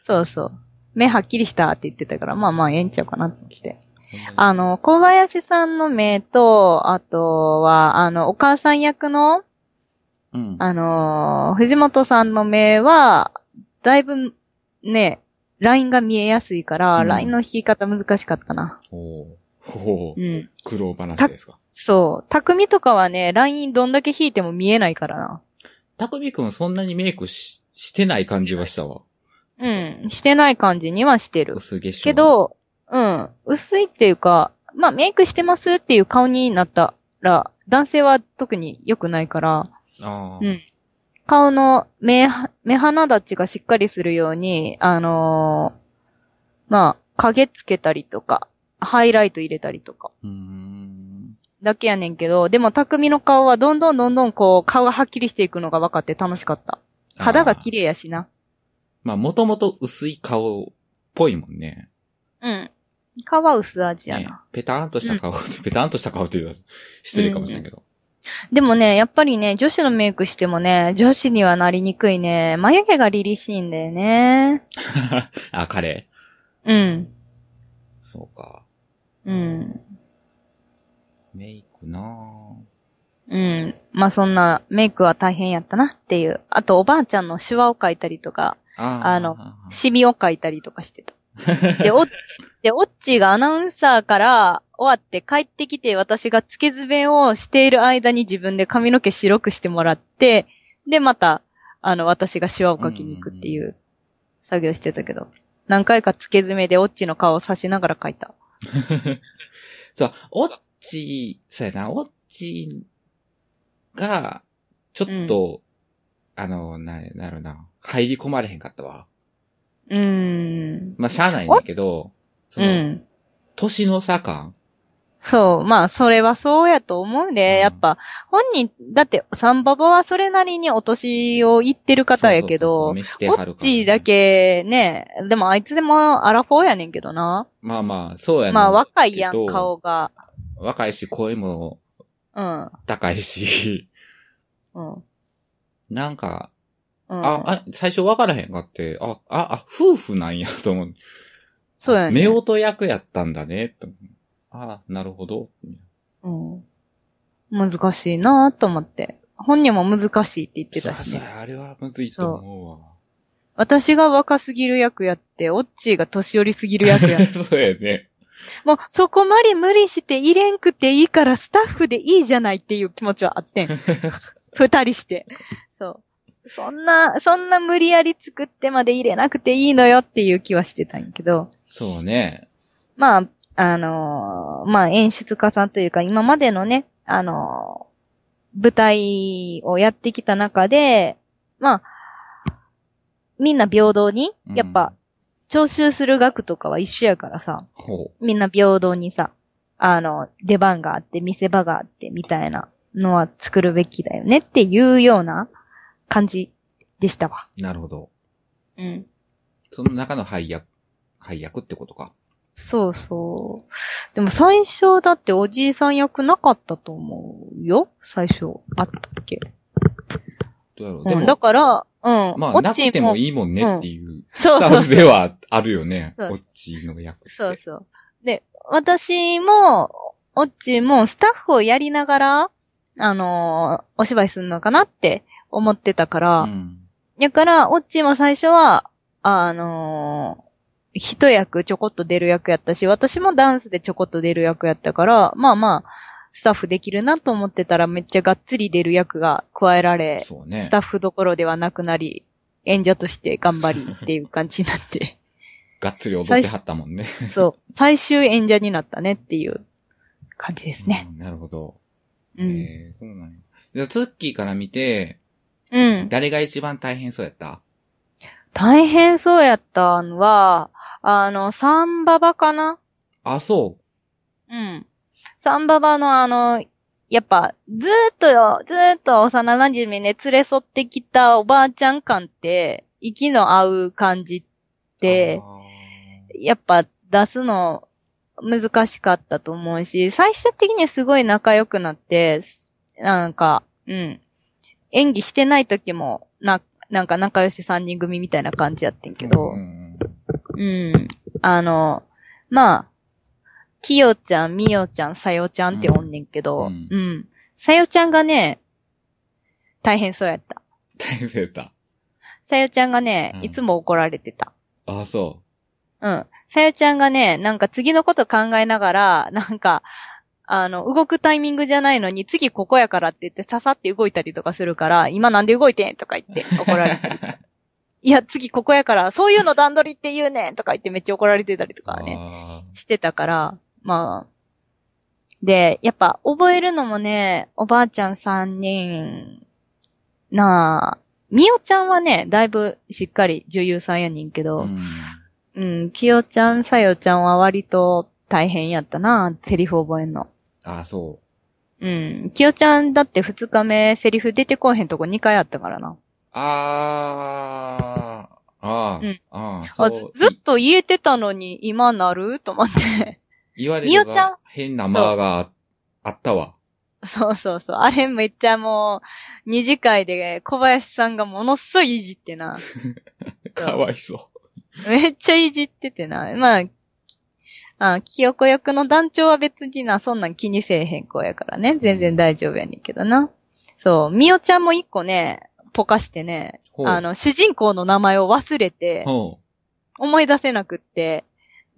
S2: そうそう。目はっきりしたって言ってたから、まあまあええんちゃうかなと思って。あの、小林さんの目と、あとは、あの、お母さん役の、
S1: うん、
S2: あのー藤本さんの目は、だいぶ、ね、ラインが見えやすいから、
S1: うん
S2: ラインの引き方難しかったな。
S1: おーお
S2: う
S1: ー
S2: ん。
S1: 苦労話ですか。
S2: そう。匠とかはね、ラインどんだけ引いても見えないからな。
S1: たくみくんそんなにメイクし、してない感じはしたわ。
S2: うん。してない感じにはしてる。
S1: 薄化粧。
S2: け、ど、うん。薄いっていうか、まあ、メイクしてますっていう顔になったら、男性は特に良くないから、
S1: ああ、
S2: うん顔の目は、目鼻立ちがしっかりするように、あのーまあ、影つけたりとか、ハイライト入れたりとか、
S1: うーん。
S2: だけやねんけど、でも匠の顔はどんどんどんどんこう、顔がはっきりしていくのが分かって楽しかった。肌が綺
S1: 麗。
S2: 麗やしな。
S1: まあ、もともと薄い顔っぽいもんね。
S2: うん。皮薄味や
S1: ね
S2: な。
S1: ペターンとした顔、ペターンとした顔っていうのは失礼かもしれんけど。
S2: でもね、やっぱりね、女子のメイクしてもね、女子にはなりにくいね。眉毛が凛々しいんだよね。
S1: あ、彼
S2: うん。
S1: そうか。
S2: うん。
S1: メイクなぁ。
S2: うん。まあそんな、メイクは大変やったなっていう。あと、おばあちゃんのシワを描いたりとか、
S1: あー
S2: あのシミを描いたりとかして た。で、お、で、オッチーがアナウンサーから終わって帰ってきて、私が付け爪をしている間に自分で髪の毛白くしてもらって、で、また、あの、私がシワを描きに行くっていう作業してたけど、何回か付け爪でオッチーの顔を刺しながら描いた。
S1: そう、オッチー、そうやな、オッチーが、ちょっと、あの、な、なるな、入り込まれへんかったわ。
S2: うーん。
S1: まあ、しゃあないんだけど、そうの、
S2: ん。
S1: 年の差感
S2: そう。まあ、それはそうやと思うで、
S1: うん
S2: やっぱ、本人、だって、サンババはそれなりにお年を言ってる方やけ
S1: そうそうそうそう召し
S2: ど、
S1: て
S2: オ
S1: はるから
S2: ッチーだ。けね、でもあいつでもアラフォーやねんけどな。
S1: まあまあ、そうやねん
S2: まあ若いや
S1: け
S2: ん、
S1: ど
S2: 顔が。
S1: 若いし、声も
S2: うん。うん。
S1: 高いし、
S2: うん。
S1: なんか、
S2: あ
S1: あ、あ、最初わからへんかって、あ、あ、あ、夫婦なんや と思う。
S2: そうやね。
S1: 夫婦役やったんだね、と思うあなるほど。
S2: うん。難しいなと思って。本人も難しいって言って
S1: そう
S2: たし
S1: そう、
S2: ね。
S1: あれはむずいと思うわ。
S2: 私が若すぎる役やって、オッチーが年寄りすぎる役や
S1: そうやね。
S2: もう、そこまで無理して入れんくていいから、スタッフでいいじゃないっていう気持ちはあってん。二人して。そう。そんな、そんな無理やり作ってまで入れなくていいのよっていう気はしてたんやけど。
S1: そうね。
S2: まあ、あのーまあ演出家さんというか、今までのね、あのー舞台をやってきた中で、まあ、みんな平等に、やっぱ、徴収する額とかは一緒やからさ、
S1: ほ
S2: みんな平等にさ、あの、出番があって、見せ場があって、みたいなのは作るべきだよねっていうような感じでしたわ。
S1: う。なるほど。
S2: うん。
S1: その中の配役、配役ってことか。
S2: そうそう。でも最初だっておじいさん役なかったと思うよ最初。あったっけ、
S1: どうやろう。
S2: う
S1: で
S2: ん、だ
S1: も、
S2: から、うん。
S1: ま
S2: オ
S1: あ、
S2: ッ
S1: な
S2: チー
S1: くてもいいもんねっていう、ス
S2: そう
S1: タンスではあるよね。オ
S2: そうそう
S1: ッチーの役って。
S2: そうそう。で、私も、オッチーもスタッフをやりながら、あのーお芝居するのかなって思ってたから、
S1: うん。
S2: だから、オッチーも最初は、あのー一役ちょこっと出る役やったし、私もダンスでちょこっと出る役やったから、まあまあ、スタッフできるなと思ってたらめっちゃがっつり出る役が加えられ、
S1: そうね。
S2: スタッフどころではなくなり、演者として頑張りっていう感じになって、
S1: がっつり踊ってはったもんね。
S2: そう、最終演者になったねっていう感じですね。
S1: うんなるほど。
S2: うん。
S1: えー、そうなんや。じゃあツッキーから見て、
S2: うん。
S1: 誰が一番大変そうやった
S2: 大変そうやったのは、あの、サンババかな
S1: あ、そう。
S2: うん。サンババのあの、やっぱ、ずーっとよ、ずーっと幼馴染みね、連れ添ってきたおばあちゃん感って、息の合う感じって
S1: あ、
S2: やっぱ出すの難しかったと思うし、最終的にすごい仲良くなって、なんか、うん。演技してない時も、な、なんか仲良し三人組みたいな感じやってん
S1: ー、
S2: けど、
S1: うん
S2: うん。あの、まあ、きよちゃん、みよちゃん、さよちゃんっておんねんけど、
S1: う
S2: うんん。さよちゃんがね、大変そうやった。
S1: 大変そうやった。
S2: さよちゃんがね
S1: う、ん
S2: いつも怒られてた。
S1: あ、そ
S2: うん。さよちゃんがね、なんか次のこと考えながら、なんか、あの、動くタイミングじゃないのに、次ここやからって言って、ささって動いたりとかするから、今なんで動いてんとか言って怒られ てる。いや、次ここやから、そういうの段取りって言うねんとか言ってめっちゃ怒られてたりと
S1: う。
S2: かね。
S1: あ
S2: してたから、まあ。で、やっぱ覚えるのもね、おばあちゃん三人、なあ、みおちゃんはね、だいぶしっかり女優さんやねんけ
S1: ー
S2: ど、
S1: うん
S2: うん、きよちゃん、さよちゃんは割と大変やったな、セリフ覚えんの。
S1: あ、そう。
S2: うん、きよちゃんだって二日目セリフ出てこうへんとこ二回あったからな。
S1: あー、あー、
S2: うん
S1: あー
S2: あず
S1: そう
S2: ずっと言えてたのに今なると思って。
S1: い言われれ
S2: みおちゃん
S1: ば変な間がああったわ。
S2: そうそうそう。あれめっちゃもう、二次会で小林さんがものすごいいじっ てな。
S1: かわいそ
S2: めっちゃいじっててな。まあ、あ、清子役の団長は別にな、そんなん気にせえへん子やからね。全然大丈夫やねんけどな。そう、みおちゃんも一個ね、ぽかしてね、
S1: ほう
S2: あの、主人公の名前を忘れて
S1: う。、ほ
S2: 思い出せなくって。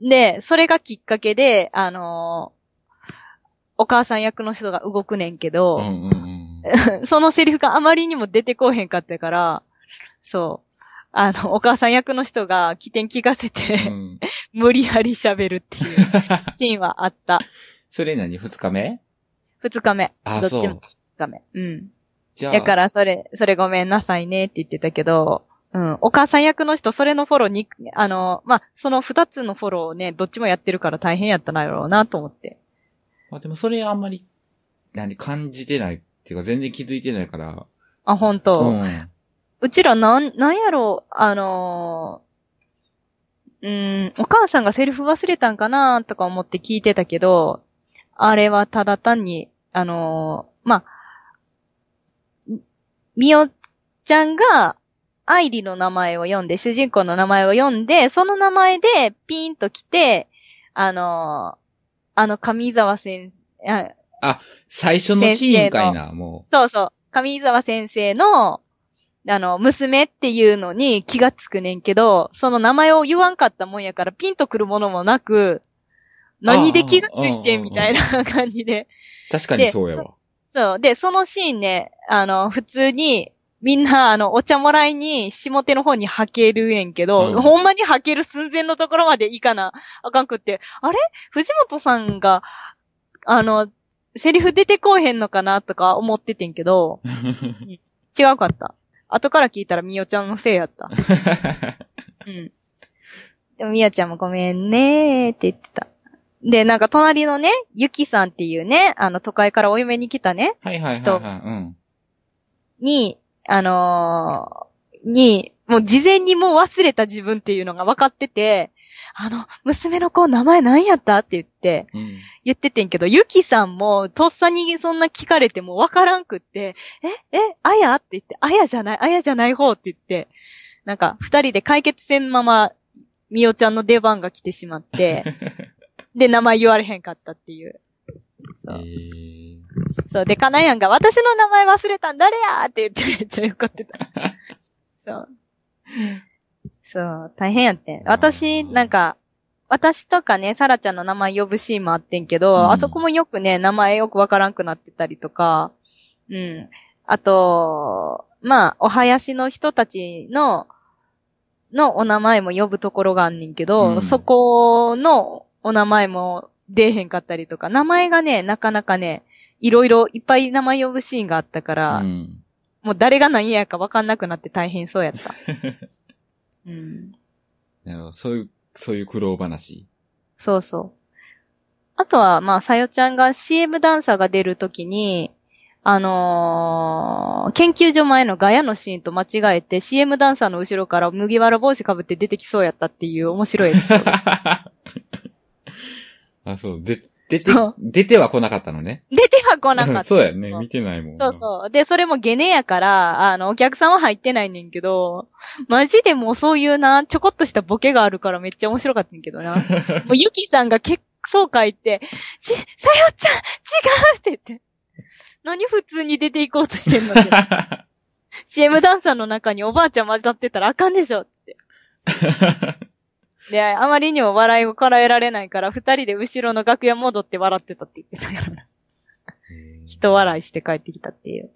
S2: で、それがきっかけで、あのーお母さん役の人が動くねんけ
S1: う。
S2: ど、
S1: うんうんうん。
S2: そのセリフがあまりにも出てこうへんかったから、そう。あの、お母さん役の人が起点聞かせて、
S1: うん、
S2: 無理やり喋るって いうシーンはあった。
S1: それ何二日目
S2: 二日目。
S1: あ、
S2: どっ
S1: そ
S2: ちも
S1: う
S2: 二。日目。うん。
S1: じゃあ、
S2: だから、それ、それごめんなさいねって言ってたけど、うん。お母さん役の人、それのフォローに、あの、まあ、その二つのフォローをね、どっちもやってるから大変やったなやろうなと思って。
S1: まあ、でもそれあんまり、何、感じてないっていうか、全然気づいてないから。
S2: あ、本当、う
S1: うん。
S2: うちらなん、なんやろう、あのー、うーん、お母さんがセリフ忘れたんかなとか思って聞いてたけど、あれはただ単に、あのー、まあ、みみおちゃんが、アイリの名前を読んで、主人公の名前を読んで、その名前でピンと来て、あのー、あの、上沢先生、あ
S1: 最初のシーンかいな、も
S2: そうそう。上沢先生の、あの、娘っていうのに気がつくねんけど、その名前を言わんかったもんやから、ピンとくるものもなく、何で気がついて
S1: ああああ
S2: んみたいな感じで。
S1: う。確かにそうやわ。
S2: そう。で、そのシーンね、あの、普通に、みんな、あの、お茶もらいに、下手の方に履けるんんけど、
S1: うん
S2: ほんまに履ける寸前のところまでいかな、あかんくって、あれ藤本さんが、あの、セリフ出てこうへんのかなとか思っててんけど、 違うかった。後から聞いたらみよちゃんのせいやった。うん。でもみよちゃんもごめんねーって言ってた。で、なんか隣のね、ゆきさんっていうね、あの都会からお嫁に来たね、
S1: はいはいはい、
S2: 人
S1: はい。うん。
S2: に、あのーに、もう事前にもう忘れた自分っていうのが分かってて、あの、娘の子名前何やったって言って、
S1: うん。
S2: 言っててんけど、ゆきさんも、とっさにそんな聞かれてもわからんくって、え、え、あやって言って、あやじゃない、あやじゃない方って言って、なんか、二人で解決せんまま、みおちゃんの出番が来てしまって、 で、名前言われへんかったっていう。
S1: え
S2: そう
S1: ー、
S2: そう、で、かなやんが、私の名前忘れたん誰やって言ってめっちゃ怒ってた。そう。そう、大変やってん。私、なんか、私とかね、サラちゃんの名前呼ぶシーンもあってんけど、
S1: うん
S2: あそこもよくね、名前よくわからんくなってたりとか、うん。あと、まあ、お囃子の人たちの、のお名前も呼ぶところがあんねんけど、
S1: うん
S2: そこのお名前も出えへんかったりとか、名前がね、なかなかね、いろいろいっぱい名前呼ぶシーンがあったから、
S1: うん。
S2: もう誰が何やかわかんなくなって大変そう やった。うん。
S1: なるほどそういう、そういう苦労話。
S2: そうそう。あとは、まあ、さよちゃんが CM ダンサーが出るときに、あのー研究所前のガヤのシーンと間違えて CM ダンサーの後ろから麦わら帽子かぶって出てきそうやったっていう 面白い。
S1: あ、そう、で、出て
S2: そう、
S1: 出ては来なかったのね。
S2: 出ては来なかった。
S1: そうやね、見てないもん。
S2: そうそう。で、それもゲネやから、あの、お客さんは入ってないねんけど、マジでもうそういうな、ちょこっとしたボケがあるからめっちゃ面白かったんやけどな。もうユキさんが結構書いて、ち、さよちゃん、違うって言って。何普通に出ていこうとしてんのって CM ダンサーの中におばあちゃん混ざってたらあかんでしょって。で、あまりにも笑いをこらえられないから、二人で後ろの楽屋戻って笑ってたって言ってたから。人笑いして帰ってきたっていう。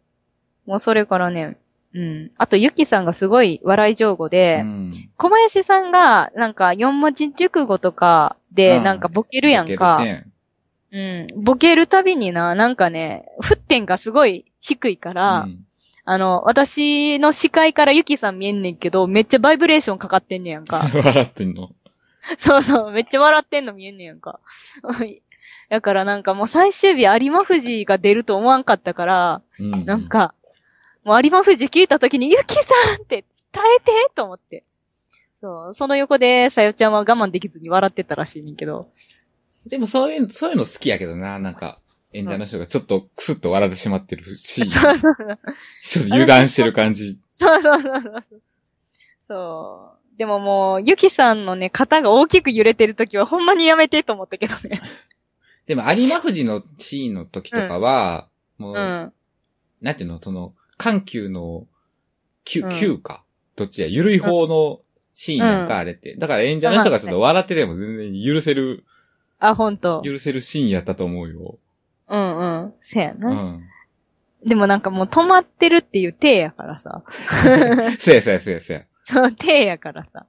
S2: もうそれからね、うん。あと、ゆきさんがすごい笑い上手
S1: い
S2: で、
S1: うん。
S2: 小林さんが、なんか、四文字熟語とかで、
S1: うん
S2: なんかボケるやんか。
S1: 出てるね
S2: うん。ボケるたびにな、なんかね、沸点がすごい低いから、
S1: うん
S2: あの、私の視界からゆきさん見えんねんけど、めっちゃバイブレーションかかってんねやん か。
S1: 笑ってんの。
S2: そうそう、めっちゃ笑ってんの見えんねやんか。 だからなんかもう最終日有馬富士が出ると思わんかったから、
S1: うん
S2: なん。か、もう有馬富士聞いたときに、ゆきさんって耐えてと思って。そう、その横で、さよちゃんは我慢できずに笑ってたらしいねんけど。
S1: でもそういう、そういうの好きやけどな、なんか。演者の人がちょっとクスッと笑ってしまってる シーン。ちょっと油断してる感じ。
S2: そうそうそうそう。そう。でももう、ゆきさんのね、肩が大きく揺れてるときは、ほんまにやめてと思ったけどね。
S1: でも、有馬富士のシーンの時とかは、もう、
S2: うん。
S1: なんていうの、その、緩急の、急
S2: うん、
S1: 急か。どっちや、緩い方のシーンやん
S2: う
S1: か、
S2: ん
S1: あれって。だから演者の人がちょっと笑ってでも全然許せる、
S2: あ、ほんと。
S1: 許せるシーンやったと思うよ。
S2: うんうん。せや
S1: う
S2: な。
S1: ん。
S2: でもなんかもう止まってるっていう手やからさ。
S1: そうやそうやそうやそうや。
S2: そう、手やからさ。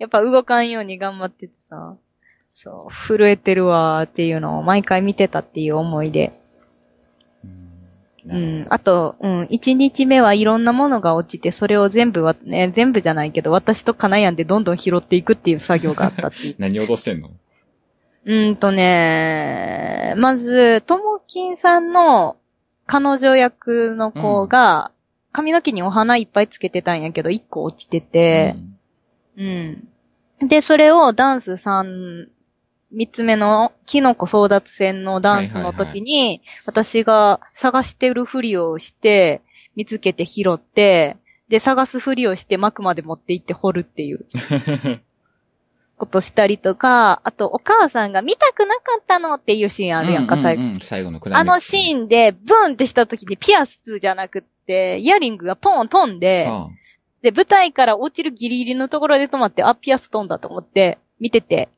S2: やっぱ動かんように頑張っててさ。そう、震えてるわーっていうのを毎回見てたっていう思いで。
S1: うん
S2: う
S1: なるほど
S2: ん。あと、うん。一日目はいろんなものが落ちて、それを全部は、ね、全部じゃないけど、私とカナヤンでどんどん拾っていくっていう作業があったって いう。
S1: 何落としてんの
S2: うーんとね、まず、ともきんさんの彼女役の子が、髪の毛にお花いっぱいつけてたんやけど、一個落ちてて、うん。で、それをダンス3、三つ目のキノコ争奪戦のダンスの時に、私が探してるふりをして、見つけて拾って、で、探すふりをして幕まで持って行って掘るっていう。ことしたりとか、あとお母さんが見たくなかったのっていうシーンあるやんか、最後。
S1: 後。最後のクラ
S2: あ
S1: イマッ
S2: の
S1: クスね
S2: シーンで、ブーンってした時にピアスじゃなくって、イヤリングがポン飛んで、
S1: うん
S2: で、舞台から落ちるギリギリのところで止まって、あ、ピアス飛んだと思って、見てて。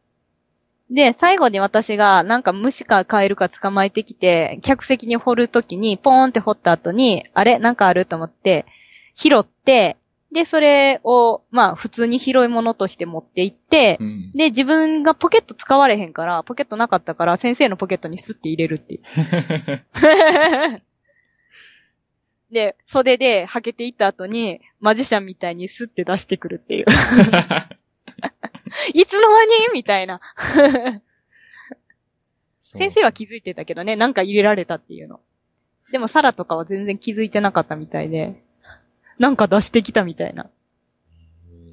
S2: で、最後に私が、なんか虫かカエルか捕まえてきて、客席に掘るときに、ポーンって掘った後に、あれなんかあると思って、拾って、で、それを、まあ、普通に拾い物として持って行って、
S1: うん。
S2: で、自分がポケット使われへんから、ポケットなかったから、先生のポケットにスッて入れるっていう。で、袖で履けていった後に、マジシャンみたいにスッて出してくるっていう。いつの間にみたいな。
S1: そう
S2: 先生は気づいてたけどね、なんか入れられたっていうの。でも、サラとかは全然気づいてなかったみたいで、なんか出してきたみたいな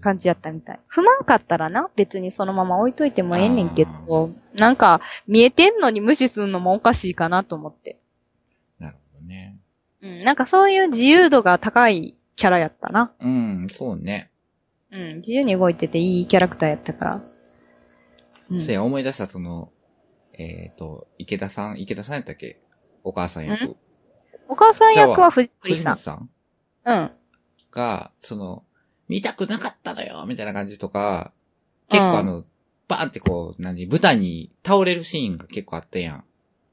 S2: 感じやったみたい。不満かったらな、別にそのまま置いといてもええねんけど、なんか、見えてんのに無視するのもおかしいかなと思って。
S1: なるほどね。
S2: うん、なんかそういう自由度が高いキャラやったな。
S1: うん、そうね。
S2: うん、自由に動いてていいキャラクターやったから。うん、
S1: そうや、思い出した、その、えっ、と、池田さん、池田さんやったっけお母さん役。
S2: お母さん役は藤森
S1: 藤
S2: さ
S1: 本
S2: ん。
S1: さん
S2: うん。
S1: が、その、見たくなかったのよみたいな感じとか、結
S2: うん
S1: 構あの、バーンってこう、何、舞台に倒れるシーンが結構あったやん。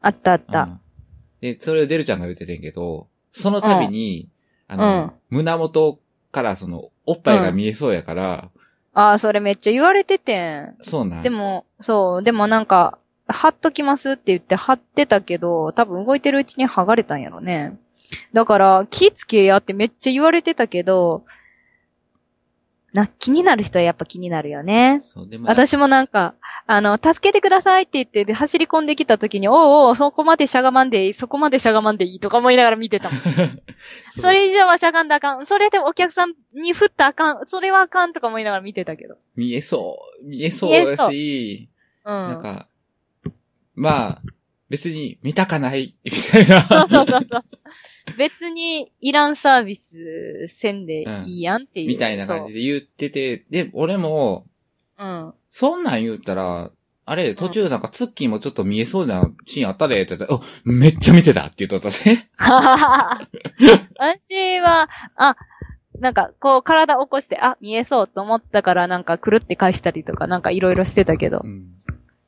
S2: あったあった。
S1: うんで、それをデルちゃんが言っててんけど、その度に、あ
S2: う
S1: の、
S2: ん
S1: 胸元からその、おっぱいが見えそうやから、
S2: ああ、それめっちゃ言われててん。
S1: そうなん。
S2: でも、そう、でもなんか、貼っときますって言って貼ってたけど、多分動いてるうちに剥がれたんやろね。だから、気つけやってめっちゃ言われてたけど、な、気になる人はやっぱ気になるよね。
S1: そう、でも、
S2: 私もなんか、あの、助けてくださいって言って、で、走り込んできた時に、おうおう、そこまでしゃがまんでいい、そこまでしゃがまんでいいとか思いながら見てたも ん。それ以上はしゃがんだあかん。それでお客さんに振ったらあかん。それはあかんとか思いながら見てたけど。
S1: 見えそう、見えそうだし、
S2: う
S1: なん
S2: ん。
S1: か、まあ、別に見たかない、みたいな。
S2: そうそうそうそう。別にいらんサービスせんでいいやんっていう。
S1: みたいな感じで言ってて、で、俺も、
S2: そう。うん。
S1: そんなん言ったら、あれ、途中なんかツッキーもちょっと見えそうなシーンあったで、って言ったら、お、めっちゃ見てたって言っとったね。
S2: 私は、あ、なんか、こう、体起こして、あ、見えそうと思ったから、なんか、くるって返したりとか、なんか、いろいろしてたけど。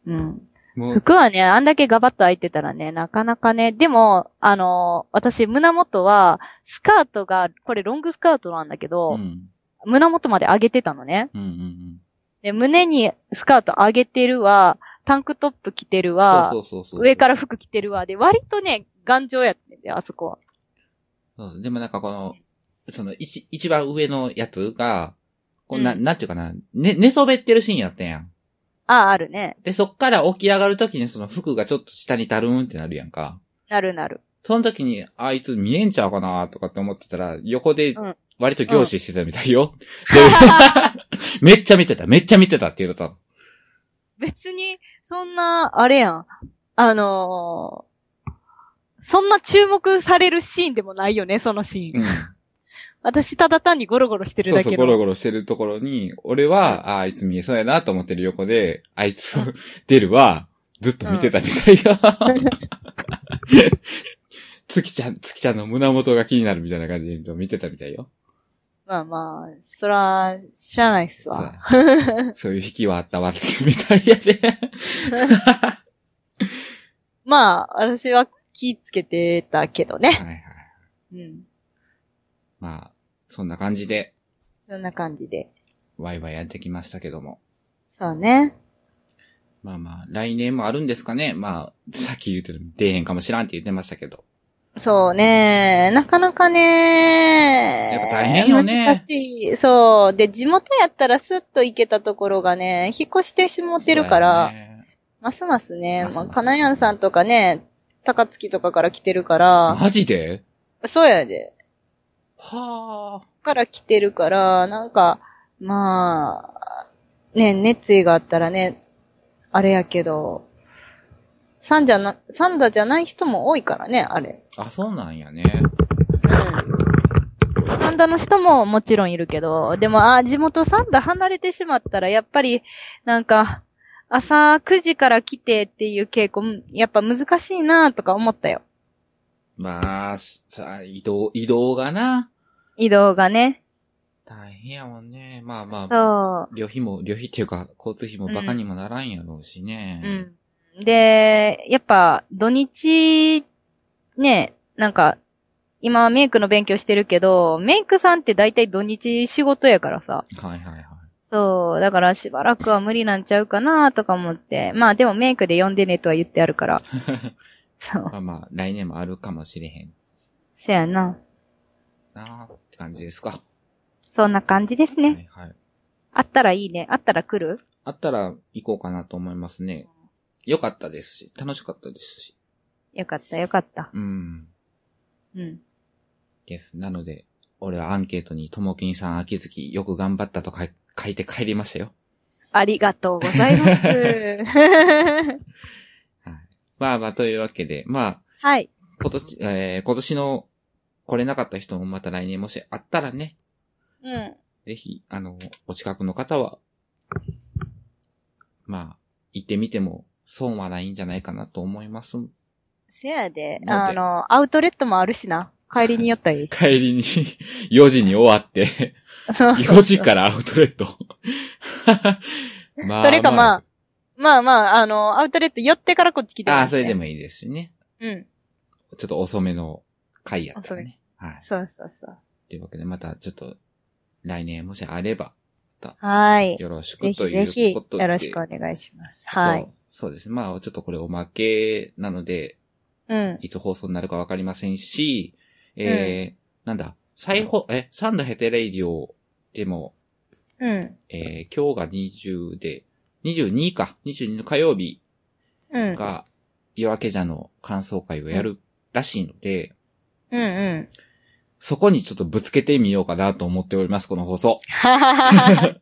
S2: うん。
S1: もう、
S2: 服はね、あんだけガバッと開いてたらね、なかなかね、でも、あのー私、胸元は、スカートが、これ、ロングスカートなんだけど、
S1: うん。
S2: 胸元まで上げてたのね。
S1: うんうんうん。
S2: で、胸にスカート上げてるわ、タンクトップ着てるわ、
S1: そうそうそうそう。
S2: 上から服着てるわ。で、割とね、頑丈やってんだよ、あそこは。
S1: そうでもなんかこの、その、一、一番上のやつが、こんな、
S2: うん
S1: なんていうかな、ね、寝そべってるシーンやったやん。
S2: ああ、あるね。
S1: で、そっから起き上がるときにその服がちょっと下にたるんってなるやんか。
S2: なるなる。
S1: その時に、あいつ見えんちゃうかなとかって思ってたら、横で
S2: うん、
S1: 割と凝視してたみたいよ。で めっちゃ見てた、めっちゃ見てたって言うとった。
S2: 別に、そんな、あれやん。あのそんな注目されるシーンでもないよね、そのシーン。
S1: うん。
S2: 私、ただ単にゴロゴロしてる
S1: そう
S2: だ
S1: そう、
S2: け
S1: ゴロ
S2: の。
S1: ゴロしてるところに、俺は、ああいつ見えそうやなと思ってる横で、あいつを出るは、ずっと見てたみたいや。 月ちゃん、月ちゃんの胸元が気になるみたいな感じで見てたみたいよ。
S2: まあまあ、そら、知らないっすわ。
S1: そうそういう引きはあったわ、みたいやで。
S2: まあ、私は気つけてたけど
S1: はい
S2: ね。
S1: はい。
S2: うん。
S1: まあ、そんな感じで、
S2: そんな感じで。
S1: ワイワイやってきましたけども。
S2: そうね。
S1: まあまあ、来年もあるんですかね。まあ、さっき言ってる、出えへんかもしらんって言ってましたけど。
S2: そうね。なかなかね。
S1: やっぱ大変よね
S2: 難しい。そう。で、地元やったらスッと行けたところがね、引っ越してしもってるから、
S1: そうやね
S2: ますますね、
S1: ますま
S2: ますあ、かなやんさんとかね、高槻とかから来てるから、
S1: マジで
S2: そうやで。
S1: はあ。
S2: から来てるから、なんか、まあ、ね、熱意があったらね、あれやけど、サンじゃな、サンダじゃない人も多いからね、あれ。
S1: あ、そうなんやね。
S2: うんサンダの人ももちろんいるけど、でも、あー地元サンダ離れてしまったら、やっぱり、なんか、朝9時から来てっていう傾向、やっぱ難しいなとか思ったよ。
S1: まあ、さ、移動、移動がな、
S2: 移動がね。
S1: 大変やもんね。まあまあ、
S2: そ
S1: 旅費も、旅費っていうか、交通費もバカにもならんやろうしね
S2: う。。うん。で、やっぱ、土日、ね、なんか、今メイクの勉強してるけど、メイクさんって大体土日仕事やからさ。
S1: はいはいはい。
S2: そう、だからしばらくは無理なんちゃうかなとか思って。まあでもメイクで呼んでねとは言ってあ るから。そう。
S1: まあまあ、来年もあるかもしれへん
S2: せやな。
S1: なーって感じですか。
S2: そんな感じです
S1: は
S2: ね。
S1: いはい。
S2: あったらいいね。あったら来る
S1: あったら行こうかなと思いますね。良かったですし、楽しかったですし。
S2: よかった、よかった。
S1: うん。
S2: うん。
S1: です。なので、俺はアンケートに、ともきんさん、秋月、よく頑張ったとか書いて帰りましたよ。
S2: ありがとうござい ます。
S1: まあまあ、というわけで、まあ、
S2: はい。
S1: 今年、えー今年の来れなかった人もまた来年もしあったらね、
S2: うん。
S1: ぜひ、あの、お近くの方は、まあ、行ってみても損はないんじゃないかなと思います。
S2: せやで、
S1: なん
S2: あ
S1: で。
S2: の、アウトレットもあるしな。帰りに寄ったらい い
S1: 帰りに、4時に終わ って、
S2: そうそうそう
S1: 4時からアウトレット。ま
S2: それかままあまあ、あの、アウトレット寄ってからこっち来て
S1: あ、あ
S2: も
S1: あ、
S2: いいしね
S1: それで。もいいですしね。
S2: うん。
S1: ちょっと遅めの回やったらね。はい。
S2: そうそうそう。
S1: というわけで、またちょっと、来年もしあれば、
S2: はい。
S1: よろし
S2: ぜ
S1: く
S2: ひ
S1: という
S2: ぜ
S1: こと
S2: ひ、
S1: で。
S2: よろしくお願いします。はい。
S1: そうですね。まあ、ちょっとこれおまけなので、
S2: うん。
S1: いつ放送になるかわかりませんし、えー、なんだ、再放、え、サンドヘテレイディオでも、
S2: うん。
S1: えー、今日が20で、22か、22の火曜日
S2: うん。
S1: が、夜明けじゃの感想会をやるらしいので、
S2: うんうん。
S1: そこにちょっとぶつけてみようかなと思っております、この放送。
S2: はははは。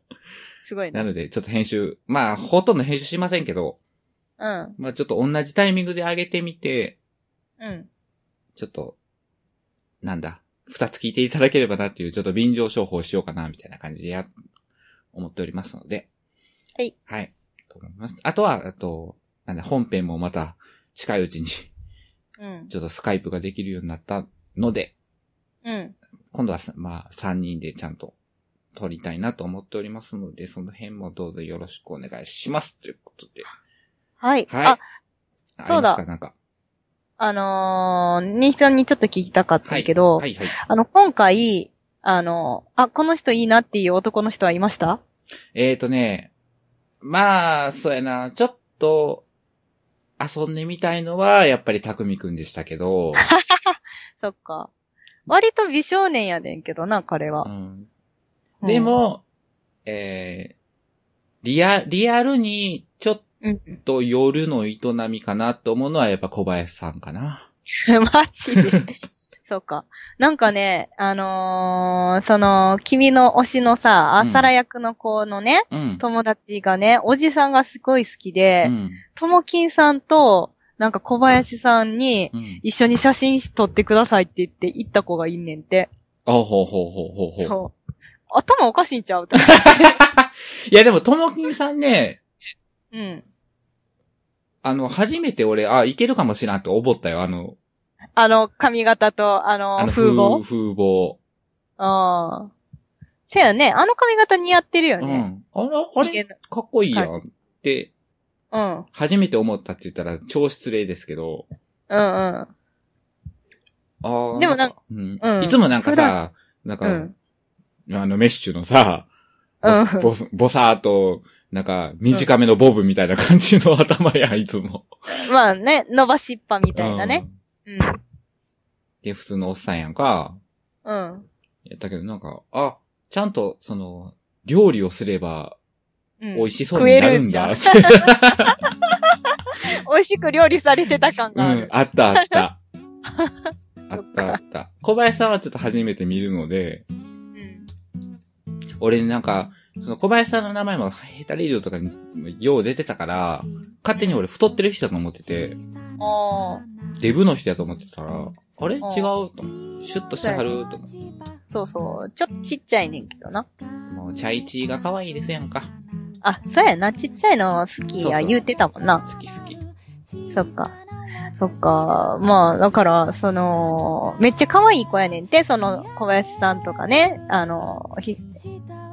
S2: すご い
S1: な
S2: な。
S1: ので、ちょっと編集、まあ、ほとんど編集しませんけど、
S2: うん。
S1: まあ、ちょっと同じタイミングで上げてみて、
S2: うん。
S1: ちょっと、なんだ、二つ聞いていただければなっていう、ちょっと便乗商法をしようかな、みたいな感じでや、思っておりますので。
S2: はい。
S1: はい。と思います。あとは、あと、なんだ、本編もまた、近いうちに、ち
S2: うん。
S1: ょっとスカイプができるようになったので、
S2: うん。
S1: 今度はさ、まあ、三人でちゃんと、撮りたいなと思っておりますので、その辺もどうぞよろしくお願いします。ということで。
S2: はい。
S1: はい。
S2: あ、
S1: あ
S2: そうだ
S1: りますかなんか。
S2: あのー、兄さんにちょっと聞きたかったけど
S1: は、いはい。
S2: あの、今回、あの、あ、この人いいなっていう男の人はいました
S1: えーとね、まあ、そうやな、ちょっと、遊んでみたいのは、やっぱりたくみくんでしたけど、
S2: そっか。割と美少年やねんけどな、彼
S1: う
S2: は。
S1: ん、でも、えー、リア、リアルに、ちょっ
S2: うん、
S1: と夜の営みかなと思うのは、やっぱ小林さんかな。
S2: マジで。そうか。なんかね、あのーその、君の推しのさ、
S1: う
S2: あ
S1: ん
S2: さら役の子のね、
S1: うん。
S2: 友達がね、おじさんがすごい好きで
S1: う、ん。
S2: ともきんさんと、なんか小林さんに、
S1: うん。
S2: 一緒に写真撮ってくださいって言って、行った子がいんねんて。
S1: あ、ほうほうほうほうほう。
S2: そう。頭おかしいんちゃう と
S1: いや、でも、ともきんさんね、
S2: うん。
S1: あの、初めて俺、あ、いけるかもしれんって思ったよ。あの、
S2: あの、髪型と、あの、
S1: あの
S2: 風貌。
S1: 風貌。
S2: うん。せやね、あの髪型似合ってるよ
S1: う
S2: ね。
S1: ん。あれ、あ
S2: ヒゲ
S1: れ、
S2: の
S1: かっこいいやん
S2: は
S1: って、
S2: うん。うん
S1: 初めて思ったって言ったら超失礼ですけど。
S2: うん。
S1: あー
S2: でもなんか、
S1: うん
S2: うん
S1: いつもなんか
S2: 普
S1: さ、なん
S2: う
S1: か
S2: ん。、
S1: あの、メッシュのさ、
S2: うん
S1: ボスボボサーと、なんか、短めのボブみたいな感じの頭やん、いつも。
S2: まあね、伸ばしっぱみたいなね。
S1: うん。
S2: うん。
S1: で、普通のおっさんやんか。
S2: うん。
S1: やったけど、なんか、あ、ちゃんと、その、料理をすれば、
S2: うん
S1: 美味しそうになるんだ。
S2: 食える
S1: って
S2: 美味しく料理されてた感
S1: う
S2: があ
S1: ん
S2: る、。
S1: あったあ った。あったあった。小林さんはちょっと初めて見るので、
S2: うん。
S1: 俺なんか、その小林さんの名前もヘタレイドとかによう出てたから、勝手に俺太ってる人だと思ってて、
S2: ああ、
S1: デブの人だと思ってたら、あれ違う
S2: あ
S1: と思う。シュッとしてはると思う。
S2: そうそう。ちょっとちっちゃいねんけどな。
S1: もう、チャイチーが可愛いですやんか。
S2: あ、そうやな。ちっちゃいの好き
S1: そう
S2: や
S1: そう
S2: 言うてたもんな。
S1: 好き好き。
S2: そっか。そっか。まあ、だから、その、めっちゃ可愛い子やねんて、その、小林さんとかね、あの、ひ、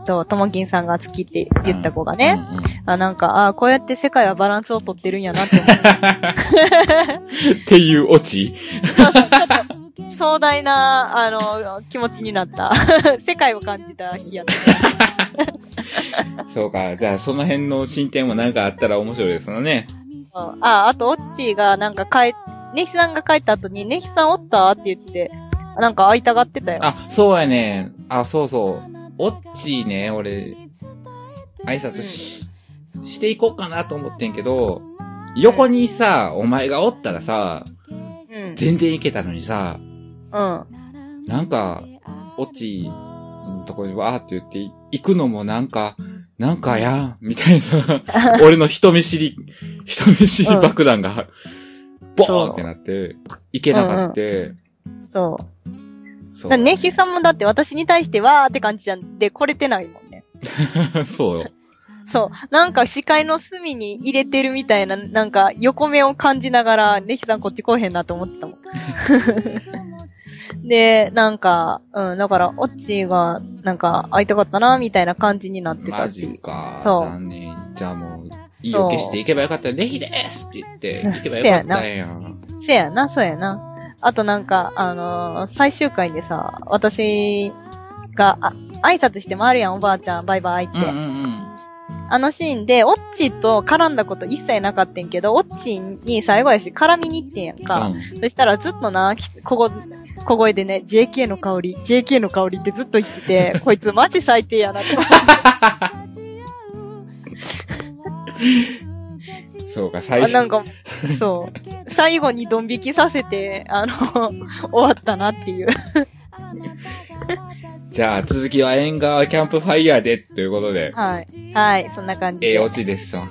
S2: と、ともきんさんが好きって言った子がね、
S1: うんうん
S2: あ、なんか、あこうやって世界はバランスをとってるんやなって思っ
S1: っていうオチ
S2: て、壮大な、あの、気持ちになった。 世界を感じた日やった。
S1: そうか。じゃあ、その辺の進展もなんかあったら面白いですよね。
S2: うんあ、あと、オッチーが、なんか、帰、ネヒさんが帰った後に、ネヒさんおったって言って、なんか会いたがってたよ。
S1: あ、そうやね。あ、そうそう。オッチーね、俺、挨拶し、していこうかなと思ってんけど、横にさ、お前がおったらさ、
S2: うん。
S1: 全然いけたのにさ、
S2: うん。
S1: なんか、オッチーのとこにわーって言って、行くのもなんか、なんかやん、みたい な、俺の人見知り、人見知り爆弾が、ボーンってなって、いけなかった。
S2: そう。
S1: そう
S2: だネヒさんもだって私に対してわーって感じじゃんで、来れてないもんね。
S1: そう よ。
S2: そう。なんか視界の隅に入れてるみたいな、なんか横目を感じながら、ネヒさんこっち来おへんなと思ってたもん。で、なんか、うん、だから、オッチーが、なんか、会いたかったな、みたいな感じになってた
S1: マ
S2: っていう
S1: ジか。
S2: そう
S1: 残念。じゃあもう、いいよけしていけばよかったよ。ネヒですって言って、
S2: うん
S1: 行けばよかったんや。
S2: せやな、そうやな。あとなんか、あのー最終回でさ、私が、あ、挨拶して回るやん、おばあちゃん、バイバイって。
S1: うんうんうん。
S2: あのシーンで、オッチーと絡んだこと一切なかったんけど、オッチーに最後やし絡みに行ってんやんか。
S1: うん
S2: そしたらずっとな、きここ、小声でね、JK の香り、JK の香りってずっと言って て、こいつマジ最低やなって。
S1: そうか、最
S2: あなん
S1: 初。
S2: か、そう。最後にドン引きさせて、あの、 終わったなっていう。
S1: じゃあ、続きはエンガーキャンプファイヤーで、ということで。
S2: はい。はい、そんな感じ
S1: ええ
S2: で。
S1: オチですよ。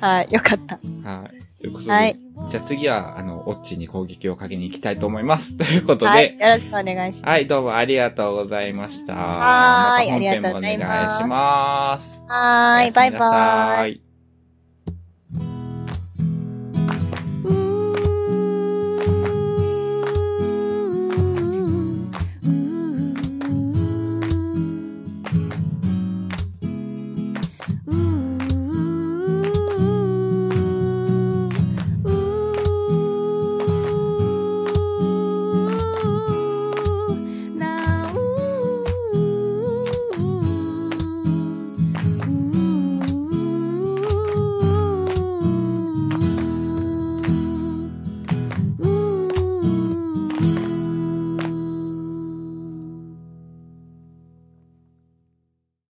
S2: はい、よかった。
S1: はい。ということで。
S2: はい。
S1: じゃあ次は、あの、オッチに攻撃をかけに行きたいと思います。 ということで。は
S2: はいい、、よろしくお願いします。
S1: どうもありがとうございました。
S2: はーい
S1: また本編もお願いします。
S2: はーい、バイバーイ。
S1: イ。